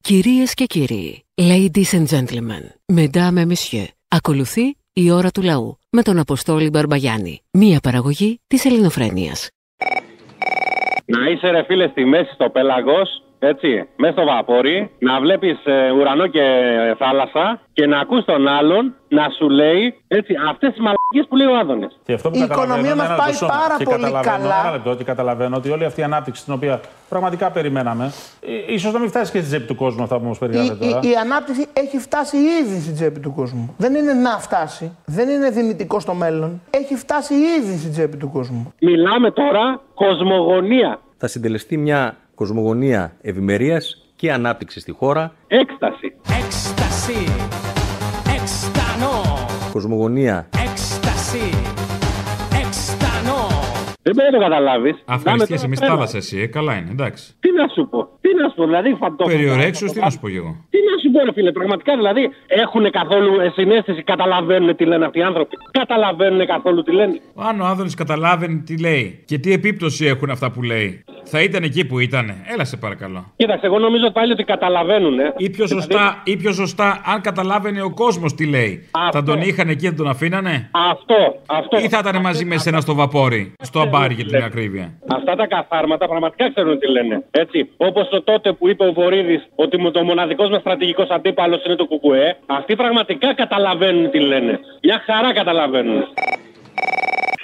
Κυρίες και κύριοι, ladies and gentlemen, mesdames et messieurs, ακολουθεί η ώρα του λαού με τον Αποστόλη Μπαρμπαγιάννη, μία παραγωγή της ελληνοφρένειας. Να είσαι ρε φίλε στη μέση στο πέλαγος, έτσι, μέσα στο βαπόρι, να βλέπεις ε, ουρανό και ε, θάλασσα και να ακούς τον άλλον να σου λέει, έτσι, αυτές τις μαλακίες που λέει ο Άδωνες. Και αυτό που Η καταλαβαίνω οικονομία είναι μας ένα πάει λεπτό, Σόνα. πάρα και πολύ καταλαβαίνω, καλά. Ένα λεπτό, και καταλαβαίνω ότι όλη αυτή η ανάπτυξη την οποία πραγματικά περιμέναμε, ε, ίσως να μην φτάσει και στη τσέπη του κόσμου αυτά που μας Η, ε. περιγράφετε τώρα. η, η ανάπτυξη έχει φτάσει ήδη στην τσέπη του κόσμου. Δεν είναι να φτάσει. Δεν είναι δυνητικό στο μέλλον. Έχει φτάσει ήδη στην τσέπη του κόσμου. Μιλάμε τώρα κοσμογονία, θα συντελεστεί μια κοσμογονία ευημερίας και ανάπτυξη στη χώρα, έκσταση. Έκσταση. Εκστανό. κοσμογονία Έκσταση. Εκστανό. Δεν πρέπει να το καταλάβεις. Αφαριστιέ, Πάμε εμεί τώρα πέρα. τάβασε εσύ. Ε, καλά είναι, εντάξει. Τι να σου πω, τι να σου πω, δηλαδή φαντό. Περιορέξιο, τι να σου πω κι εγώ. Τι να σου πω, ρε φίλε, πραγματικά δηλαδή έχουν καθόλου ε, συνέστηση, καταλαβαίνουν τι λένε αυτοί οι άνθρωποι. Καταλαβαίνουν καθόλου τι λένε. Αν ο Άδωνη καταλάβαινε τι λέει και τι επίπτωση έχουν αυτά που λέει, θα ήταν εκεί που ήταν. Έλα σε παρακαλώ. Κοίταξε, εγώ νομίζω πάλι ότι καταλαβαίνουν. Ε. Ή πιο σωστά, ή πιο σωστά αν καταλάβαινε ο κόσμος τι λέει, θα Αυτό. τον είχαν εκεί, θα τον αφήνανε. Αυτό, αυτό. Ή θα ήταν μαζί με σένα στο βαπόρι, στο αμπάρι για την ακρίβεια. Αυτά τα καθάρματα πραγματικά ξέρουν τι λένε. Έτσι. Όπως το τότε που είπε ο Βορύδης ότι μου- το μοναδικός μα στρατηγικός αντίπαλος είναι το Κουκουέ, αυτοί πραγματικά καταλαβαίνουν τι λένε. Μια χαρά καταλαβαίνουν.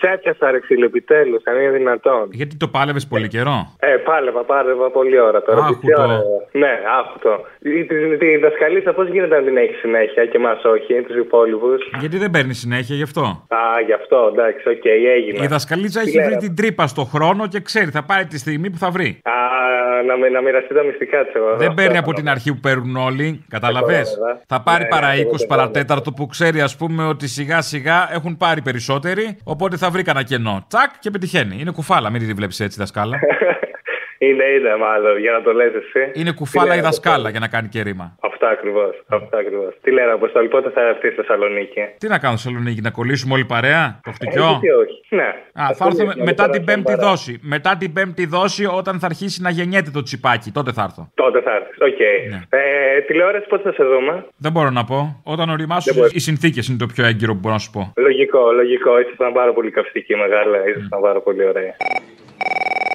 Σε έπιασα ρε ξύλο, επιτέλους, αν είναι δυνατόν. Γιατί το πάλευες πολύ καιρό. Ε, πάλευα, πάλευα πολύ ώρα τώρα. Άκου Μισή το. ώρα, ε. Ναι, άκουτο. Τη, τη, τη δασκαλίτσα πώς γίνεται να την έχει συνέχεια και μας όχι, τους υπόλοιπους. Γιατί δεν παίρνει συνέχεια γι' αυτό. Α, γι' αυτό, εντάξει, οκ, έγινε. Η δασκαλίτσα έχει Λέω. βρει την τρύπα στο χρόνο και ξέρει, θα πάρει τη στιγμή που θα βρει. Α, να, με- να μοιραστεί τα μυστικά της εγώ. Δεν Αυτό. παίρνει από την αρχή που παίρνουν όλοι. Κατάλαβε. Κατάλαβα. Θα πάρει Ναι, παρά ναι, 20, ναι, παρά ναι. τέταρτο που ξέρει, ας πούμε, ότι σιγά σιγά έχουν πάρει περισσότεροι. Οπότε θα βρει κανένα κενό. Τσακ και πετυχαίνει. Είναι κουφάλα, μην τη βλέπεις έτσι, δασκάλα. είναι, είναι μάλλον, για να το λες εσύ. Είναι Τι κουφάλα λέει, η δασκάλα Αποστόλη? για να κάνει και ρήμα. Αυτό ακριβώς, αυτό ακριβώς. Τι λένε, Αποστόλη, πότε θα έρθει στη Θεσσαλονίκη. Τι να κάνω, Σαλονίκη, να κολλήσουμε όλοι παρέα, το χτυκιό. Ε, γιατί όχι. Ναι. Α, θα Ασχολείστε έρθω με μετά τώρα την στον πέμπτη παρά. δόση. Μετά την πέμπτη δόση, όταν θα αρχίσει να γεννιέται το τσιπάκι, τότε θα έρθω. Τότε θα έρθεις. Οκ. Ναι. Ε, τηλεόραση πότε θα σε δούμε. Δεν μπορώ να πω. Όταν οριμάσω, Δεν μπορείς. οι συνθήκες είναι το πιο έγκυρο που μπορώ να σου πω. Λογικό, λογικό. Ήσασταν πάρα πολύ καυστική, μεγάλα. Ήσασταν πάρα πολύ ωραία.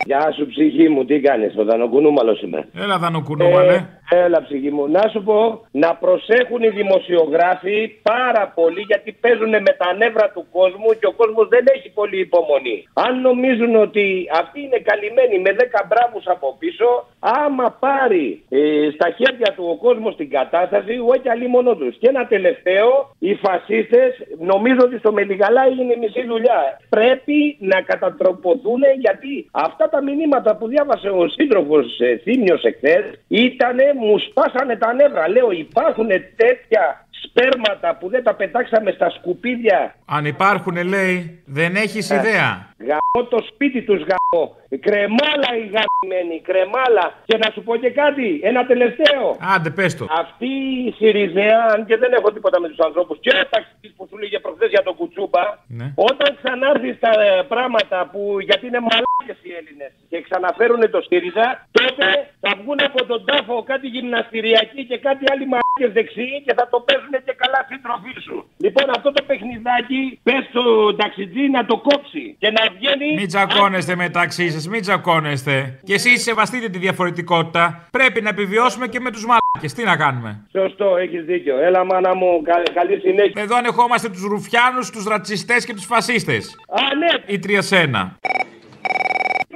Γεια σου ψυχή μου, τι κάνεις, ο Δανοκουνούμαλος είμαι. Έλα, δανοκουνούμαλε. Ε, έλα ψυχή μου, να σου πω να προσέχουν οι δημοσιογράφοι πάρα πολύ γιατί παίζουν με τα νεύρα του κόσμου και ο κόσμος δεν έχει πολύ υπομονή. Αν νομίζουν ότι αυτοί είναι καλυμμένοι με 10 μπράβους από πίσω, άμα πάρει ε, στα χέρια του ο κόσμος την κατάσταση, όχι και αλλή μόνο τους. Και ένα τελευταίο, οι φασίστες νομίζω ότι στο Μελιγαλά είναι μισή δουλειά. Πρέπει να κατατροποθούν γιατί αυτά τα μηνύματα που διάβασε ο σύντροφος Θήμιος εχθές ήτανε, μου σπάσανε τα νεύρα. Λέω, υπάρχουν τέτοια σπέρματα που δεν τα πετάξαμε στα σκουπίδια. Αν υπάρχουν, λέει, δεν Ε. έχει ιδέα. Γαμώ το σπίτι τους γαμώ. Κρεμάλα οι γαμμένοι, κρεμάλα. Και να σου πω και κάτι, ένα τελευταίο. Άντε, πες το. Αυτή η Σιριζέα, αν και δεν έχω τίποτα με τους ανθρώπους, και ο ταξιτή που σου λέγε προχθές για τον Κουτσούμπα, Ναι. όταν ξανάρθει στα ε, πράγματα που γιατί είναι μαλάκες οι Έλληνες και ξαναφέρουν το ΣΥΡΙΖΑ, τότε θα βγουν από τον τάφο κάτι γυμναστηριακοί και κάτι άλλοι μαλάκες δεξιοί και θα το παίζουν και καλά σύντροφοί σου. Λοιπόν, αυτό το παιχνιδάκι πες στον ταξιτζή να το κόψει και να βγαίνει. Μην τσακώνεστε μεταξύ σας, μην τσακώνεστε. Και εσείς σεβαστείτε τη διαφορετικότητα. Πρέπει να επιβιώσουμε και με τους μαλάκες. Τι να κάνουμε. Σωστό, έχεις δίκιο. Έλα, μάνα μου, κα- καλή συνέχεια. Εδώ ανεχόμαστε τους ρουφιάνους, τους ρατσιστές και τους φασίστες. Α, ναι, Η τριασένα.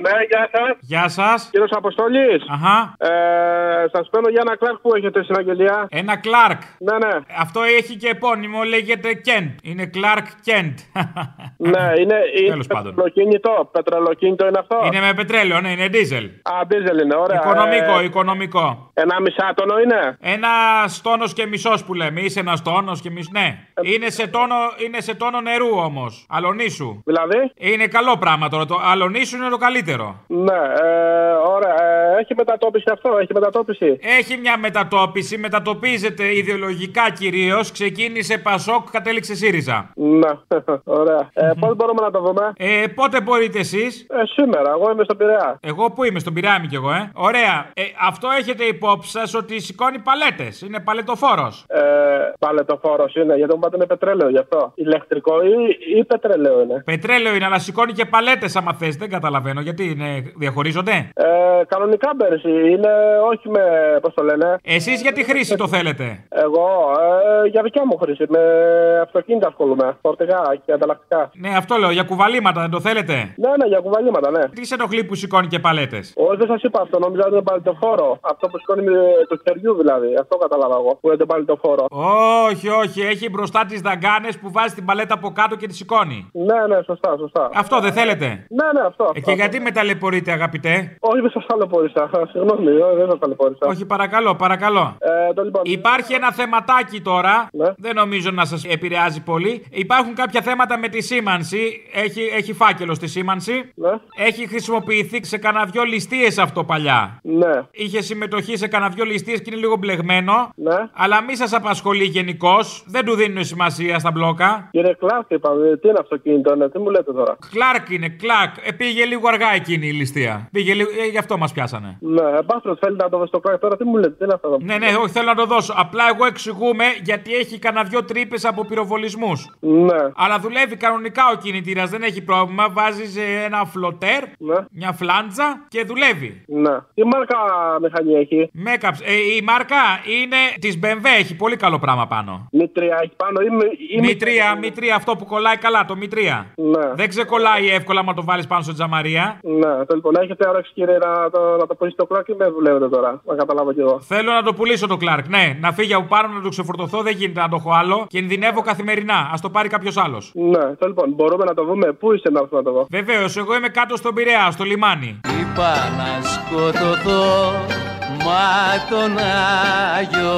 Ναι, γεια σας. Γεια σας. Κύριος Αποστολή. Αχα. Ε, σας παίρνω για ένα κλαρκ που έχετε στην αγγελία. Ένα Κλάρκ. Ναι, ναι. Αυτό έχει και επώνυμο, λέγεται Κέντ. Είναι Κλάρκ Κέντ. Ναι, είναι. είναι Τέλος πάντων. Πετρελοκίνητο. Πετρελοκίνητο είναι αυτό. Είναι με πετρέλαιο, ναι, είναι δίζελ. Α, δίζελ είναι, ωραία. Οικονομικό, Ε, οικονομικό. ένα μισάτονο είναι. Ένα τόνο και μισός που λέμε. Είσαι ένας τόνος και μισό. Ναι. Είναι σε τόνο, είναι σε τόνο νερού όμως. Αλονίσου. Δηλαδή. Είναι καλό πράγμα τώρα. Το αλονίσου είναι το καλύτερο. καιρό. Ναι, ε, ωραία. ε, έχει μετατόπιση αυτό, έχει μετατόπιση. Έχει μια μετατόπιση, μετατοπίζεται ιδεολογικά κυρίως. Ξεκίνησε Πασόκ, κατέληξε ΣΥΡΙΖΑ. Ναι, ωραία. Ε, Πώς μπορούμε να το δούμε, Ε, πότε μπορείτε εσείς. ε, Σήμερα, εγώ είμαι στον Πειραιά. Εγώ που είμαι, στον Πειραιά είμαι κι εγώ, ε. Ωραία. Ε, αυτό έχετε υπόψη σας ότι σηκώνει παλέτες. Είναι παλετοφόρος. Ε, πάλι το φόρο είναι, γιατί μου πάτε με πετρέλαιο γι' αυτό. Ηλεκτρικό ή, ή πετρέλαιο είναι. Πετρέλαιο είναι, αλλά σηκώνει και παλέτες άμα θες. Δεν καταλαβαίνω γιατί είναι, διαχωρίζονται. Ε, κανονικά πέρσι είναι, όχι με, πώς το λένε, Εσείς για τη χρήση το θέλετε. εγώ ε, για δικιά μου χρήση. Με αυτοκίνητα ασχολούμαι, φορτηγά και ανταλλακτικά. Ναι, αυτό λέω, για κουβαλήματα δεν το θέλετε. Ναι, ναι, για κουβαλήματα, ναι. Τι σε ενοχλεί που σηκώνει και παλέτες. Όχι, δεν σας είπα αυτό. Νόμιζα ότι είναι παλιτοφόρο. Αυτό που σηκώνει ε, του χεριού δηλαδή. Αυτό κατάλαβα εγώ. Που είναι το παλιτοφόρο. Όχι, όχι, έχει μπροστά τις δαγκάνες που βάζει την παλέτα από κάτω και τη σηκώνει. Ναι, ναι, σωστά, σωστά. Αυτό δεν θέλετε. Ναι, ναι, αυτό. Ε, αυτό. και γιατί με ταλαιπωρείτε, αγαπητέ. Όχι, δεν σας ταλαιπωρήσα. Συγγνώμη, ε, δεν σας ταλαιπωρήσα. Όχι, παρακαλώ, παρακαλώ. Ε, το λοιπόν. Υπάρχει ένα θεματάκι τώρα. Ναι. Δεν νομίζω να σας επηρεάζει πολύ. Υπάρχουν κάποια θέματα με τη σήμανση. Έχει, έχει φάκελο στη σήμανση. Ναι. Έχει χρησιμοποιηθεί σε κανένα δυο ληστείε αυτό παλιά. ναι. Είχε συμμετοχή σε κανένα δυο ληστείε και είναι λίγο μπλεγμένο. Ναι. Αλλά μη σας απασχολεί γενικώς. Δεν του δίνουν σημασία στα μπλόκα. Κύριε Κλάρκ, είπαμε, τι είναι αυτοκίνητο, ναι, τι μου λέτε τώρα. Κλάρκ είναι, κλάρκ. Ε, πήγε λίγο αργά εκείνη η ληστεία. Πήγε λίγο, ε, γι' αυτό μας πιάσανε. Ναι, εν πάση περιπτώσει, θέλετε να το δω στο Κλάρκ τώρα, τι μου λέτε, τι είναι αυτά τα. Ναι, ναι, όχι, θέλω να το δώσω. Απλά εγώ εξηγούμε γιατί έχει κανένα δυο τρύπες από πυροβολισμούς. Ναι, Αλλά δουλεύει κανονικά ο κινητήρας, δεν έχει πρόβλημα. Βάζει ένα φλωτέρ, Ναι. μια φλάντζα και δουλεύει. ναι. Τι μάρκα μηχανή έχει. Μέκαψ. Ε, η μάρκα είναι της BMW, έχει πολύ καλό πράγμα πάνω. Μητρία έχει πάνω ή, μη- ή Μητρία, μητρία, αυτό που κολλάει καλά, το μητρία. Ναι. Δεν ξεκολλάει εύκολα άμα το βάλεις πάνω στο τζαμαρία. Ναι, το λοιπόν, έχετε όρεξη κύριε να το, να το πουλήσει το κλάρκ ή με δουλεύετε τώρα, να καταλάβω κι εγώ. Θέλω να το πουλήσω το Κλάρκ. Ναι, να φύγει από πάνω να το ξεφορτωθώ. Δεν γίνεται να το έχω άλλο. Κινδυνεύω καθημερινά. Ας το πάρει κάποιος άλλος. Ναι, το λοιπόν, μπορούμε να το δούμε. Πού είσαι να έρθω να το δω. Βεβαίως, εγώ είμαι κάτω στον Πειραιά, στο λιμάνι. Είπα να σκοτωθώ Μα τον Άγιο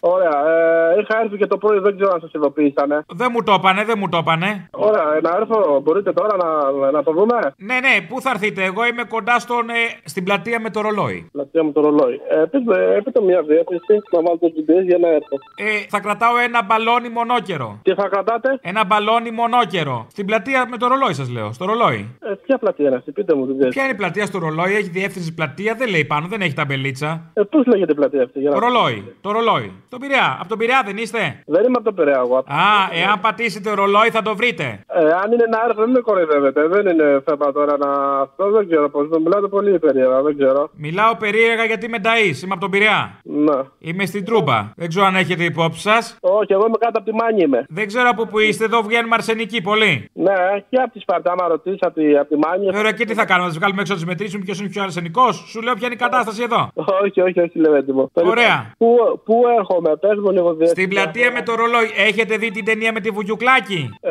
Ωραία, ε, είχα έρθει και το πρωί, δεν ξέρω αν σας ειδοποίησανε. Δεν μου το έπανε, δεν μου το έπανε. Ωραία, ε, να έρθω, μπορείτε τώρα να, να το δούμε. Ναι, ναι, πού θα έρθετε. Εγώ είμαι κοντά στον, ε, στην πλατεία με το ρολόι. Πλατεία μου το ρολόι. Ε, πείτε, ε, πείτε μια διεύθυνση να βάλω το GPS για να έρθω. Ε, θα κρατάω ένα μπαλόνι μονόκερο. Τι θα κρατάτε, Ένα μπαλόνι μονόκερο. Στην πλατεία με το ρολόι, σας λέω. Στο ρολόι. ε, ποια πλατεία είναι αυτή, πείτε μου την διεύθυνση. Ποια είναι η πλατεία στο ρολόι, έχει διεύθυνση πλατεία, δεν λέει πάνω, δεν έχει ταμπελίτσα. Ε, Πώς λέγεται η πλατεία αυτή, για να... Το ρολόι, το ρολόι. Στον Πειραιά, από τον Πειραιά δεν είστε. Δεν είμαι από το Πειραιά, εγώ. Α, εάν πατήσετε ρολόι θα το βρείτε. Ε, αν είναι να έρθω, δεν με κοροϊδεύετε. Δεν είναι θέμα τώρα να. Αυτό δεν ξέρω πώς. Μου μιλάτε πολύ περίεργα, δεν ξέρω. Μιλάω περίεργα γιατί είμαι νταΐς, είμαι από τον Πειραιά. Ναι. Είμαι στην Τρούμπα. Δεν ξέρω αν έχετε υπόψη σας. Όχι, εγώ είμαι κάτω από τη μάνη είμαι. Δεν ξέρω από πού είστε, εδώ βγαίνουμε αρσενικοί πολύ. Ναι, και από τη Σπαρτά, άμα ρωτήσει από τη, απ τη μάνη. Ωραία, και τι θα κάνουμε, θα του βγάλουμε έξω να του μετρήσουμε ποιος είναι πιο αρσενικός. Σου λέω ποια είναι η κατάσταση εδώ. Όχι, όχι, όχι, λέμε τίποτα. Το Ωραία. λοιπόν, Πού, πού έρχομαι, πες μου λίγο διεύθυνση. Στην πλατεία με το ρολόι, έχετε δει την ταινία με τη Βουγιουκλάκη. Ε,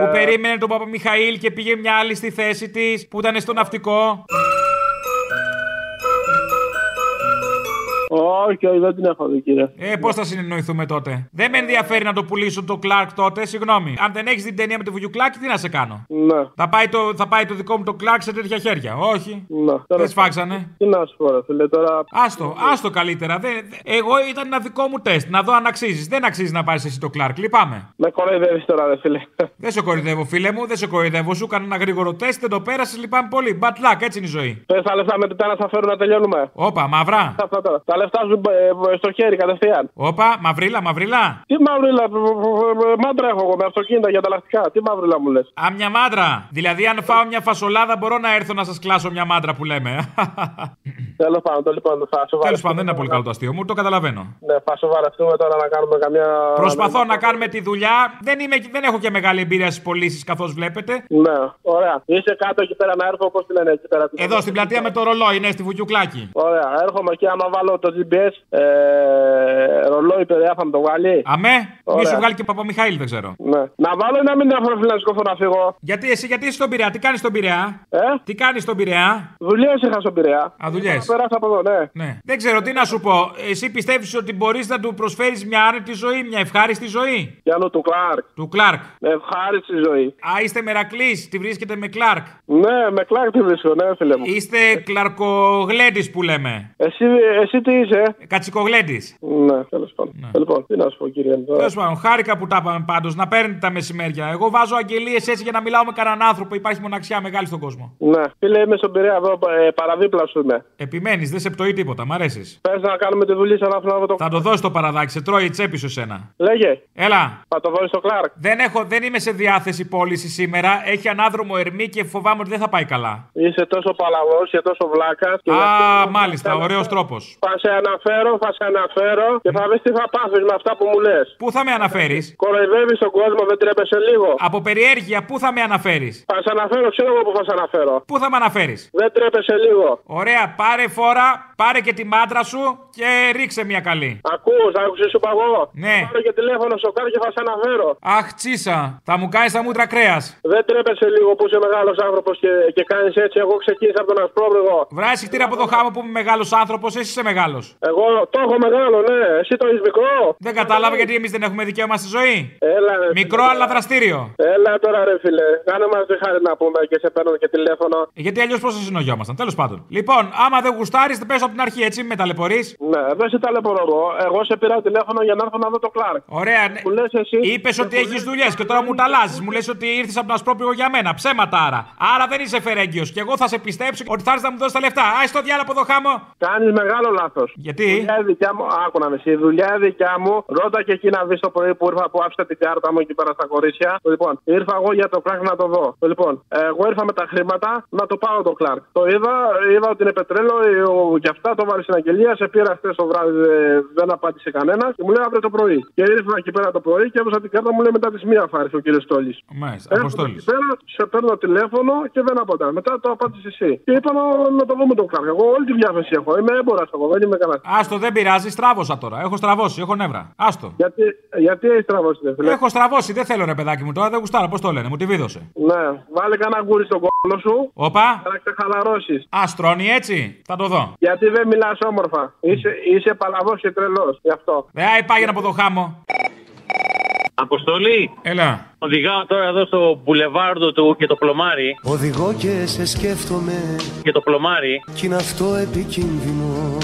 Που περίμενε τον Παπαμιχαήλ και πήγε μια άλλη στη θέση της που ήταν στο ναυτικό. Όχι, όχι, δεν την έχω δει, κύριε. Ε, πώς θα συνεννοηθούμε τότε. Δεν με ενδιαφέρει να το πουλήσω το Κλάρκ τότε, συγγνώμη. Αν δεν έχεις την ταινία με τη Βουγιουκλάκη, τι να σε κάνω. Ναι, Θα πάει, το, θα πάει το δικό μου το Κλάρκ σε τέτοια χέρια. Όχι. ναι. Τώρα, Δεν σφάξανε. τι να σου πω, ρε φίλε, τώρα. Άστο, άστο καλύτερα. Δεν, δε- εγώ ήταν ένα δικό μου τεστ, να δω αν αξίζεις. Δεν αξίζει να πάρεις εσύ το Κλάρκ, λυπάμαι. Με κοροϊδεύεις τώρα, ρε φίλε. Δεν σε κορυδεύω, φίλε μου, δεν σε κορυδεύω. Σου έκανα ένα γρήγορο τεστ, δεν το πέρασες, λυπάμαι πολύ. Bad luck, έτσι είναι η ζωή. Πε τα λεφτά μετά να σας φέρουν να τελειώνουμε. Όπα, μαυρά. Αυτά τώρα. Τα λεφτά σου ε, ε, στο χέρι κατευθείαν. Όπα, μαυρίλα, μαυρίλα. Τι ε, μαύριλα, π- π- π- π- μάντρα έχω εγώ με αυτοκίνητα για ανταλλακτικά. Τι μαύριλα μου λες. Α, μια μάντρα. Δηλαδή, αν φάω μια φασολάδα, μπορώ να έρθω να σας κλάσω μια μάντρα που λέμε. Τέλος πάντων, το λοιπόν θα σου Τέλος πάντων, δεν είναι πολύ καλό το αστείο μου, το καταλαβαίνω. Ναι, θα σου βαρεθούμε τώρα να κάνουμε καμιά. Προσπαθώ να κάνουμε τη δουλειά. Δεν, είμαι, δεν έχω και μεγάλη εμπειρία στις πωλήσεις, καθώς βλέπετε. Ναι, ωραία. Είσαι κάτω εκεί πέρα να έρθω, πώ τη λένε εκεί πέρα. Εδώ στην πλατεία με το ρολόι, ναι, στη Βουγιουκλάκη. Ωραία, έρχομαι εκεί. Άμα βάλω το GPS Ε, ρολόι, παιδιά, θα μου το βγάλει. Αμέ, μη Ωραία. σου βγάλει και Παπαμιχαήλ, δεν ξέρω. Ναι. Να βάλω ή να μην αφήνω φιλανδικό να φύγω. Γιατί εσύ, γιατί είσαι στον Πειραιά, τι κάνεις στον Πειραιά. Ε, Τι κάνεις στον Πειραιά. δουλειές είχα στον Πειραιά. Α, δουλειές. Να περάσω από εδώ, ναι. Ναι. Δεν ξέρω τι να σου πω. Εσύ πιστεύεις ότι μπορείς να του προσφέρεις μια άρετη ζωή, μια ευχάριστη ζωή. Γιάννο του Κλάρκ. Του Κλάρκ. Ευχάριστη ζωή. Α, είστε μερακλή, τη βρίσκεται με Κλάρκ. Ναι, με Κλάρκ τη βρίσκω, ναι, φίλε μου. Είστε κλαρκογλέντης που λέμε. Εσύ, εσύ τι είσαι, ε? Κατσικογλέντης. Ναι, τέλος πάντων. Λοιπόν, τι να σου πω, κύριε μου. τώρα. Τέλος πάντων, χάρηκα που τα είπαμε πάντως. Να παίρνετε τα μεσημέρια. Εγώ βάζω αγγελίες έτσι για να μιλάω με κανέναν άνθρωπο. Υπάρχει μοναξιά μεγάλη στον κόσμο. Ναι, φίλε, είμαι στον Πειραιά εδώ, ε, παραδίπλα σου είμαι. Επιμένεις, δεν σε πτωεί τίποτα. Μ' αρέσεις. Πες να κάνουμε τη δουλειά σαν αυτό το. Θα το δώσει το παραδάκι, σε τρώει η τσέπη σου σένα. Λέγε, Έλα. θα το βάλει στο Κλάρκ. Δεν, έχω, δεν είμαι σε διάθεση πώληση σήμερα. Έχει ανάδρομο ερμή και φοβάμαι ότι δεν θα πάει καλά. Είσαι τόσο παλαβός και τόσο βλάκας. Α, μάλιστα, ωραίος τρόπος. Θα σε αναφέρω, θα σε αναφέρω και θα δεις τι θα πάθεις με αυτά που μου λες. Πού θα με αναφέρεις, Κοροϊδεύεις τον κόσμο, δεν τρέπεσαι λίγο. Από περιέργεια, πού θα με αναφέρεις, Θα σε αναφέρω, ξέρω εγώ που θα σε αναφέρω. Πού θα με αναφέρεις. Δεν τρέπεσαι λίγο. Ωραία, πάρε φόρα, πάρε και τη μάντρα σου και ρίξε μια καλή. Ακούς, άκουσες σου παγώ. Ναι. Θα Πάρω και τηλέφωνο στο κάρ και θα σε αναφέρω. Αχ, τσίσα, θα μου κάνεις τα μούτρα κρέας. Δεν τρέπεσαι λίγο που είσαι μεγάλος άνθρωπος και, και κάνεις έτσι. Εγώ ξεκίνησα από τον Ασπρόβρυγο. Βράσει χτύρα από το χάμο που είμαι μεγάλος άνθρωπος, εσύ είσαι μεγάλος. Εγώ το έχω μεγάλο, ναι. Εσύ το έχεις μικρό. Δεν κατάλαβα γιατί εμείς δεν έχουμε δικαίωμα στη ζωή. Έλα, ρε, Μικρό αλλά δραστήριο. Έλα τώρα, ρε φίλε. Κάνε μας τη χάρη να πούμε και σε παίρνω και τηλέφωνο. Γιατί αλλιώς πώς θα συνοιόμασταν, τέλος πάντων. Λοιπόν, άμα δεν γουστάρεις, πε από την αρχή, έτσι, μην με ταλαιπωρείς. Ναι, δεν σε ταλαιπωρώ εγώ. Εγώ σε πήρα τηλέφωνο για να έρθω να δω το Κλάρκ. Ωραία, ναι. Που λες εσύ. Είπε ότι έχει δουλειές και τώρα μου τα αλλάζεις. Μου λες ότι ήρθες από τον Ασπρόπυργο για μένα. Ψέματα άρα. Άρα δεν είσαι φερέγγιος. Και εγώ θα σε πιστέψω ότι θα έρθεις να μου δώσεις τα λεφτά. Α, στο διάλογο από εδώ χάμω. Κάνεις μεγάλο λάθος. Γιατί? Η δουλειά η δικιά μου, άκου να με Η δουλειά η δικιά μου, ρώτα και εκεί να δεις το πρωί που ήρθα που άφησα την κάρτα μου εκεί πέρα στα κορίτσια. Λοιπόν, ήρθα εγώ για το Κλάρκ να το δω. Λοιπόν, εγώ ήρθα με τα χρήματα να το πάω το Κλάρκ. Το είδα, είδα ότι είναι πετρέλαιο ε, ο- και αυτά, το βάλει στην αγγελία. Σε πήρα χθες το βράδυ, ε, δεν απάντησε κανένα και μου λέει αύριο το πρωί. Και ήρθα εκεί πέρα το πρωί και έδωσα την κάρτα μου λέει μετά τη μία θα έρθει ο κύριος Στόλης. Μάλιστα, Έρχομαι Αποστόλης. εκεί πέρα, σε παίρνω τηλέφωνο και δεν απαντά. Μετά το απάντησε εσύ. Και είπα να, να το δούμε τον Κλάρκ. Εγώ όλη τη διάθεση έχω. Είμαι έμπορας εγώ, δεν είμαι καλά. Άστο, δεν πειράζει, στράβωσα τώρα. Έχω στραβώσει, έχω νεύρα. Άστο. Γιατί, γιατί έχεις τραβώσει την φίλε. Έχω στραβώσει, δεν θέλω ρε παιδάκι μου τώρα, δεν γουστάρω. Πώς το λένε, μου τη βίδωσε. Ναι, βάλε κανένα γκούρι στον κόλλο σου Όπα, για να ξεχαλαρώσει. α στρώνει έτσι, θα το δω. Γιατί δεν μιλάς όμορφα. Είσαι, είσαι παλαβός και τρελός. Γι' αυτό. Ε, άι, πάγαινε από το χάμο. Αποστολή, Έλα. οδηγάω τώρα εδώ στο μπουλεβάρδο του και το πλωμάρι. Οδηγώ και σε σκέφτομαι Και το πλωμάρι κι είναι αυτό επικίνδυνο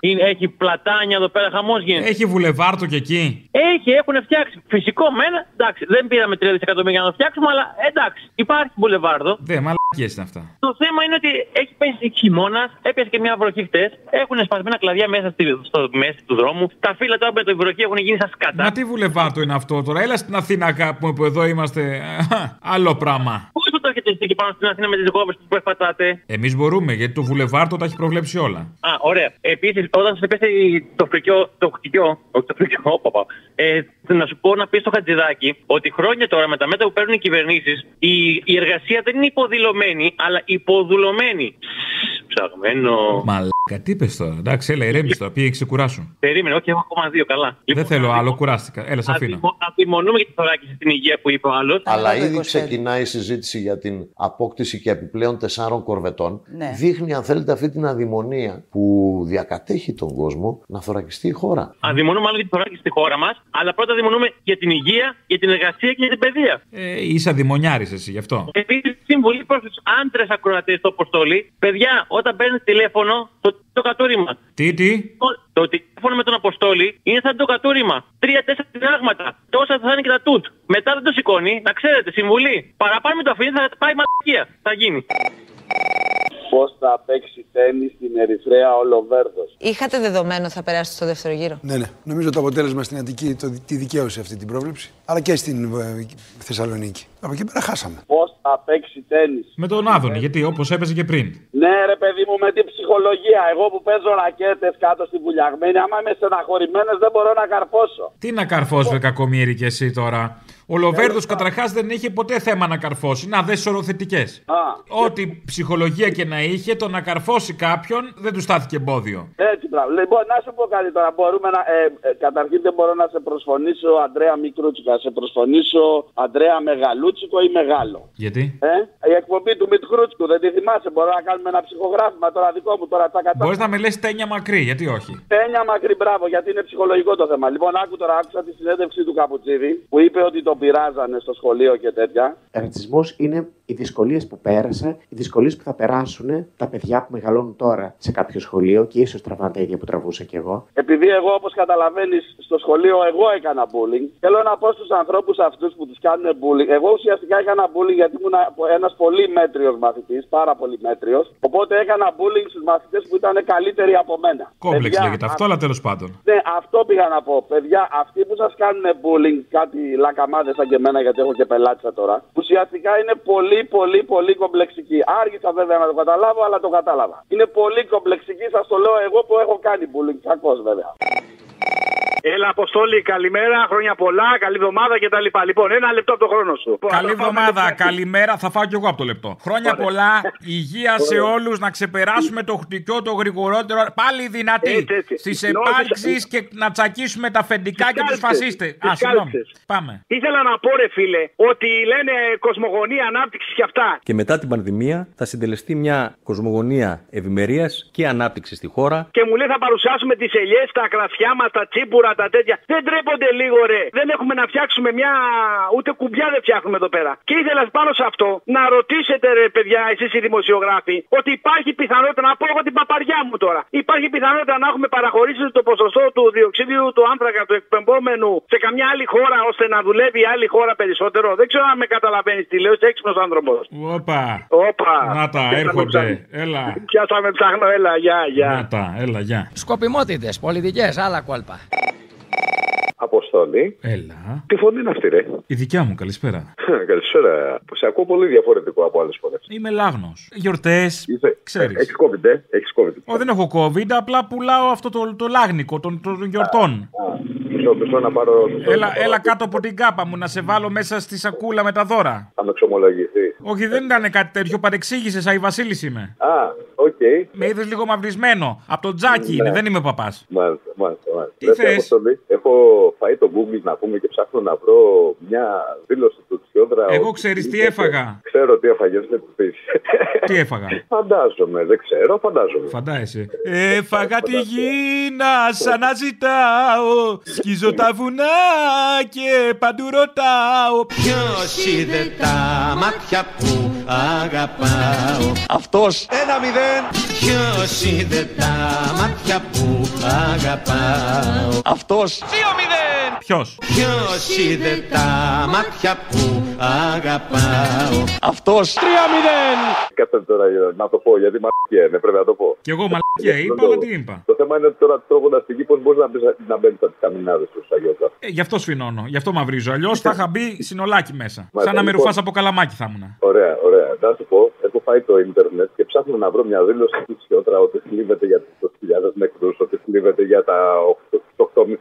είναι, έχει πλατάνια εδώ πέρα, χαμός γίνεται. Έχει βουλεβάρτο και εκεί. Έχει, έχουν φτιάξει. Φυσικό μένα, εντάξει, δεν πήραμε 3 δισεκατομμύρια να το φτιάξουμε, αλλά εντάξει, υπάρχει μπουλεβάρδο. Δε, μαλακίες είναι αυτά. Το θέμα είναι ότι έχει πέσει χειμώνας, έπιασε και μια βροχή χτες. Έχουν σπασμένα κλαδιά μέσα στη, στο μέση του δρόμου. Τα φύλλα τώρα με το βροχή έχουν γίνει σαν σκάτα. Μα τι βουλεβάρτο είναι αυτό τώρα, έλα στην Αθήνα κάπου που εδώ είμαστε. Άλλο πράγμα. Πόσο το έχετε εσεί εκεί πάνω στην Αθήνα με τις κόβε που περπατάτε. Εμείς μπορούμε, γιατί το βουλεβάρτο τα έχει προβλέψει όλα. Α, ωραία. Επίσης, όταν σας πέσει το φρικιό, το χτυκιό, όχι το φρικιό, όπαπα, ε, να σου πω να πεις στο Χατζηδάκη ότι χρόνια τώρα με τα μέτρα που παίρνουν οι κυβερνήσεις, η, η εργασία δεν είναι υποδηλωμένη, αλλά υποδουλωμένη. Ψ, Ψαγμένο. Μαλάκα, τι είπες τώρα. Εντάξει, έλα, ηρέμησε τώρα, πήγε ξεκουράσου. Περίμενε, όχι, έχω ακόμα δύο, καλά. Δεν Λοιπόν, θέλω να άλλο, θυμω- κουράστηκα. Έλα, σε να αφήνω. θυμω- Να θυμονούμε για τη θωράκιση στην υγεία που είπε ο άλλος. Αλλά ήδη ξεκινάει η συζήτηση για την απόκτηση και επιπλέον τεσσάρων κορβετών. Ναι. Δείχνει, αν θέλετε, αυτή την αδημονία που διακατέχει τον κόσμο να θωρακιστεί η χώρα. Αδειμονούμε μάλλον για τη θωράκιση στη χώρα μας, αλλά πρώτα δημονούμε για την υγεία, για την εργασία και για την παιδεία. Ε, είσαι αδειμονιάρης εσύ γι' αυτό. Επίσης, συμβουλή προς τους άντρες ακροατές του Αποστόλη. Παιδιά, όταν παίρνει τηλέφωνο, το, το κατούριμα. Τι, τι. Το, το τηλέφωνο με τον Αποστόλη είναι σαν το κατούριμα. Τρία-τέσσερα διδάγματα. Τόσα θα είναι και τα τούτ. Μετά δεν το σηκώνει, να ξέρετε, συμβουλή. Παραπάνω με το αφήνει, θα πάει μαλακία. Θα γίνει. Πώς θα παίξει τέννη στην Ερυθρέα ο Λοβέρδος. Είχατε δεδομένο θα περάσετε στο δεύτερο γύρο. Ναι, ναι. Νομίζω το αποτέλεσμα στην Αττική το, τη δικαίωσε αυτή την πρόβλεψη. Αλλά και στην ε, Θεσσαλονίκη. Από εκεί πέρα χάσαμε. Πώς θα παίξει τέννη. Με τον Άδωνη, γιατί όπως έπαιζε και πριν. Ναι, ρε παιδί μου, με την ψυχολογία. Εγώ που παίζω ρακέτες κάτω στη βουλιαγμένη, άμα είμαι στεναχωρημένος, δεν μπορώ να καρφώσω. Τι να καρφώσεις, βρε κακομίρι και εσύ τώρα. Ο Λοβέρδος καταρχάς δεν είχε ποτέ θέμα να καρφώσει. Να δε σωροθετικές. Α, Ό,τι ψυχολογία και να είχε, το να καρφώσει κάποιον δεν του στάθηκε εμπόδιο. έτσι πράγμα. Λοιπόν, να σου πω κάτι τώρα. Μπορούμε να. Ε, ε, καταρχήν δεν μπορώ να σε προσφωνήσω, Αντρέα Μικρούτσικα. Να Σε προσφωνήσω, Αντρέα Μεγαλούτσικο ή Μεγάλο. Γιατί? Ε, η εκπομπή του Μιτκρούτσικου, δεν τη θυμάσαι. Μπορώ να κάνουμε ένα ψυχογράφημα τώρα δικό μου, τώρα τα κατάλαβα. Μπορείς να με λες τένια μακρύ, γιατί όχι. Τένια μακρύ, μπράβο, γιατί είναι ψυχολογικό το θέμα. Λοιπόν, άκου τώρα, άκουσα τη συνέντευξη του Καπουτσίδη που είπε ότι τον πειράζανε στο σχολείο και τέτοια. Ρατσισμός είναι οι δυσκολίες που πέρασε, οι δυσκολίες που θα περάσουν τα παιδιά που μεγαλώνουν τώρα σε κάποιο σχολείο και ίσως τραβάνε τα ίδια που τραβούσα κι εγώ. Επειδή εγώ, όπως καταλαβαίνεις, στο σχολείο εγώ έκανα bullying, θέλω να πω στους ανθρώπους αυτούς που τους κάνουν bullying. Εγώ ουσιαστικά έκανα bullying γιατί ήμουν ένας πολύ μέτριος μαθητής, πάρα πολύ μέτριος. Οπότε έκανα bullying στους μαθητές που ήταν καλύτεροι από μένα. Κόμπλεξ Παιδιά, λέγεται αυτό, αλλά τέλος πάντων. Ναι, αυτό πήγα να πω. Παιδιά, αυτοί που σας κάνουν bullying, κάτι λακαμάδε σαν και εμένα, γιατί έχω και πελάτησα τώρα, ουσιαστικά είναι πολύ, πολύ, πολύ κομπλεξικοί. Άργησα βέβαια να το καταλάβω, αλλά το κατάλαβα. Είναι πολύ κομπλεξικοί, σας το λέω εγώ που έχω κάνει bullying. Κακός βέβαια. Έλα, Αποστόλη, καλημέρα, χρόνια πολλά, καλή εβδομάδα κτλ. Λοιπόν, ένα λεπτό από το χρόνο σου. Καλή εβδομάδα, καλημέρα. Θα φάω κι εγώ από το λεπτό. Χρόνια Ωραία. πολλά, υγεία σε Ωραία. όλους, να ξεπεράσουμε το χτυκιό, το γρηγορότερο. Πάλι δυνατή Έτσι, έτσι. στις Νόμιζα- επάρξει και να τσακίσουμε τα αφεντικά και τους κάλυψες, φασίστε. τις Α, συγγνώμη. κάλυψες. Πάμε. Ήθελα να πω, ρε φίλε, ότι λένε κοσμογονία, ανάπτυξη και αυτά. Και μετά την πανδημία θα συντελεστεί μια κοσμογονία ευημερίας και ανάπτυξη στη χώρα. Και μου λέει θα παρουσιάσουμε τις ελιές, τα κρασιά μας, τα τσίπουρα, τα τέτοια. Δεν τρέπονται λίγο, ρε. Δεν έχουμε να φτιάξουμε μια. Ούτε κουμπιά δεν φτιάχνουμε εδώ πέρα. Και ήθελα πάνω σε αυτό να ρωτήσετε, ρε παιδιά, εσείς οι δημοσιογράφοι, ότι υπάρχει πιθανότητα να πω εγώ την παπαριά μου τώρα. Υπάρχει πιθανότητα να έχουμε παραχωρήσει το ποσοστό του διοξίδιου του άνθρακα του εκπαιμπόμενου σε καμιά άλλη χώρα ώστε να δουλεύει η άλλη χώρα περισσότερο. Δεν ξέρω αν με καταλαβαίνεις τι λέω, είσαι έξυπνος άνθρωπος. Όπα. Όπα. Να τα, Πιάσαμε έρχονται. ψάχνω. Έλα. Πιάσαμε ψάχνω, έλα, γεια, γεια. Να τα, έλα, γεια. Σκοπιμότητες, πολιτικές, άλλα κόλπα. Αποστολή. Έλα. Τι φωνή είναι αυτή, ρε. Η δικιά μου, καλησπέρα. Καλησπέρα. Σε ακούω πολύ διαφορετικό από άλλες φορέ. Είμαι λάγνος. Γιορτές. Ξέρεις. Έχεις COVID, ε. Έχεις COVID. Ω, δεν έχω COVID, απλά πουλάω αυτό το, το λάγνικο των, των γιορτών. Μισό, μισό να πάρω. Μισό, να Έλα, πάρω- έλα κάτω από την κάπα μου να σε βάλω μέσα στη σακούλα με τα δώρα. Θα με εξομολογηθεί. Όχι, δεν ήταν κάτι τέτοιο, παρεξήγησες, Αϊ Βασίλης είμαι. Α, οκ. Με είδες λίγο μαυρισμένο. Από τον τζάκι Ναι. είναι, δεν είμαι παπάς. Μάλιστα, μάλιστα. μάλιστα. Τι Ρε, θες? Αποστολή, Έχω φάει το Google να πούμε και ψάχνω να βρω μια δήλωση του Τσιόδρα. Εγώ ότι- ξέρεις τι έφαγα. Ξέρω τι έφαγες, δεν μου πεις. Τι έφαγα. Φαντάζομαι, δεν ξέρω, φαντάζομαι. Φαντάζεσαι. Έφαγα τη γύνα σαν να ζητάω Σκίζω τα βουνά και παντού ρωτάω Ποιος είδε τα μάτια που αγαπάω Αυτός Ένα μηδέν Ποιος είδε τα μάτια που αγαπάω Αυτός Δύο μηδέν Ποιος Ποιος είδε τα μάτια που αγαπάω Αυτός Τρία μηδέν Κάτσε τώρα ε, να το πω, γιατί μαλακία είναι, πρέπει να το πω. Κι εγώ μαλακία είπα, αλλά τι είπα. Το θέμα είναι ότι τώρα τρώγοντας την πώ μπορείς να, μπεις- να μπαίνεις από τι καμινάδες του Αγιώτα. Ε, γι' αυτό σφινώνω, γι' αυτό μαυρίζω. Αλλιώς θα είχα μπει συνολάκι μέσα. Μα, Σαν να με λοιπόν. ρουφά από καλαμάκι θα ήμουν. Ωραία, ωραία. Να σου πω, έχω πάει το ίντερνετ και ψάχνω να βρω μια δήλωση του Τσιότρα ότι θλίβεται για τους 20.000 νεκρούς, ότι θλίβεται για τα 8.500, 9.000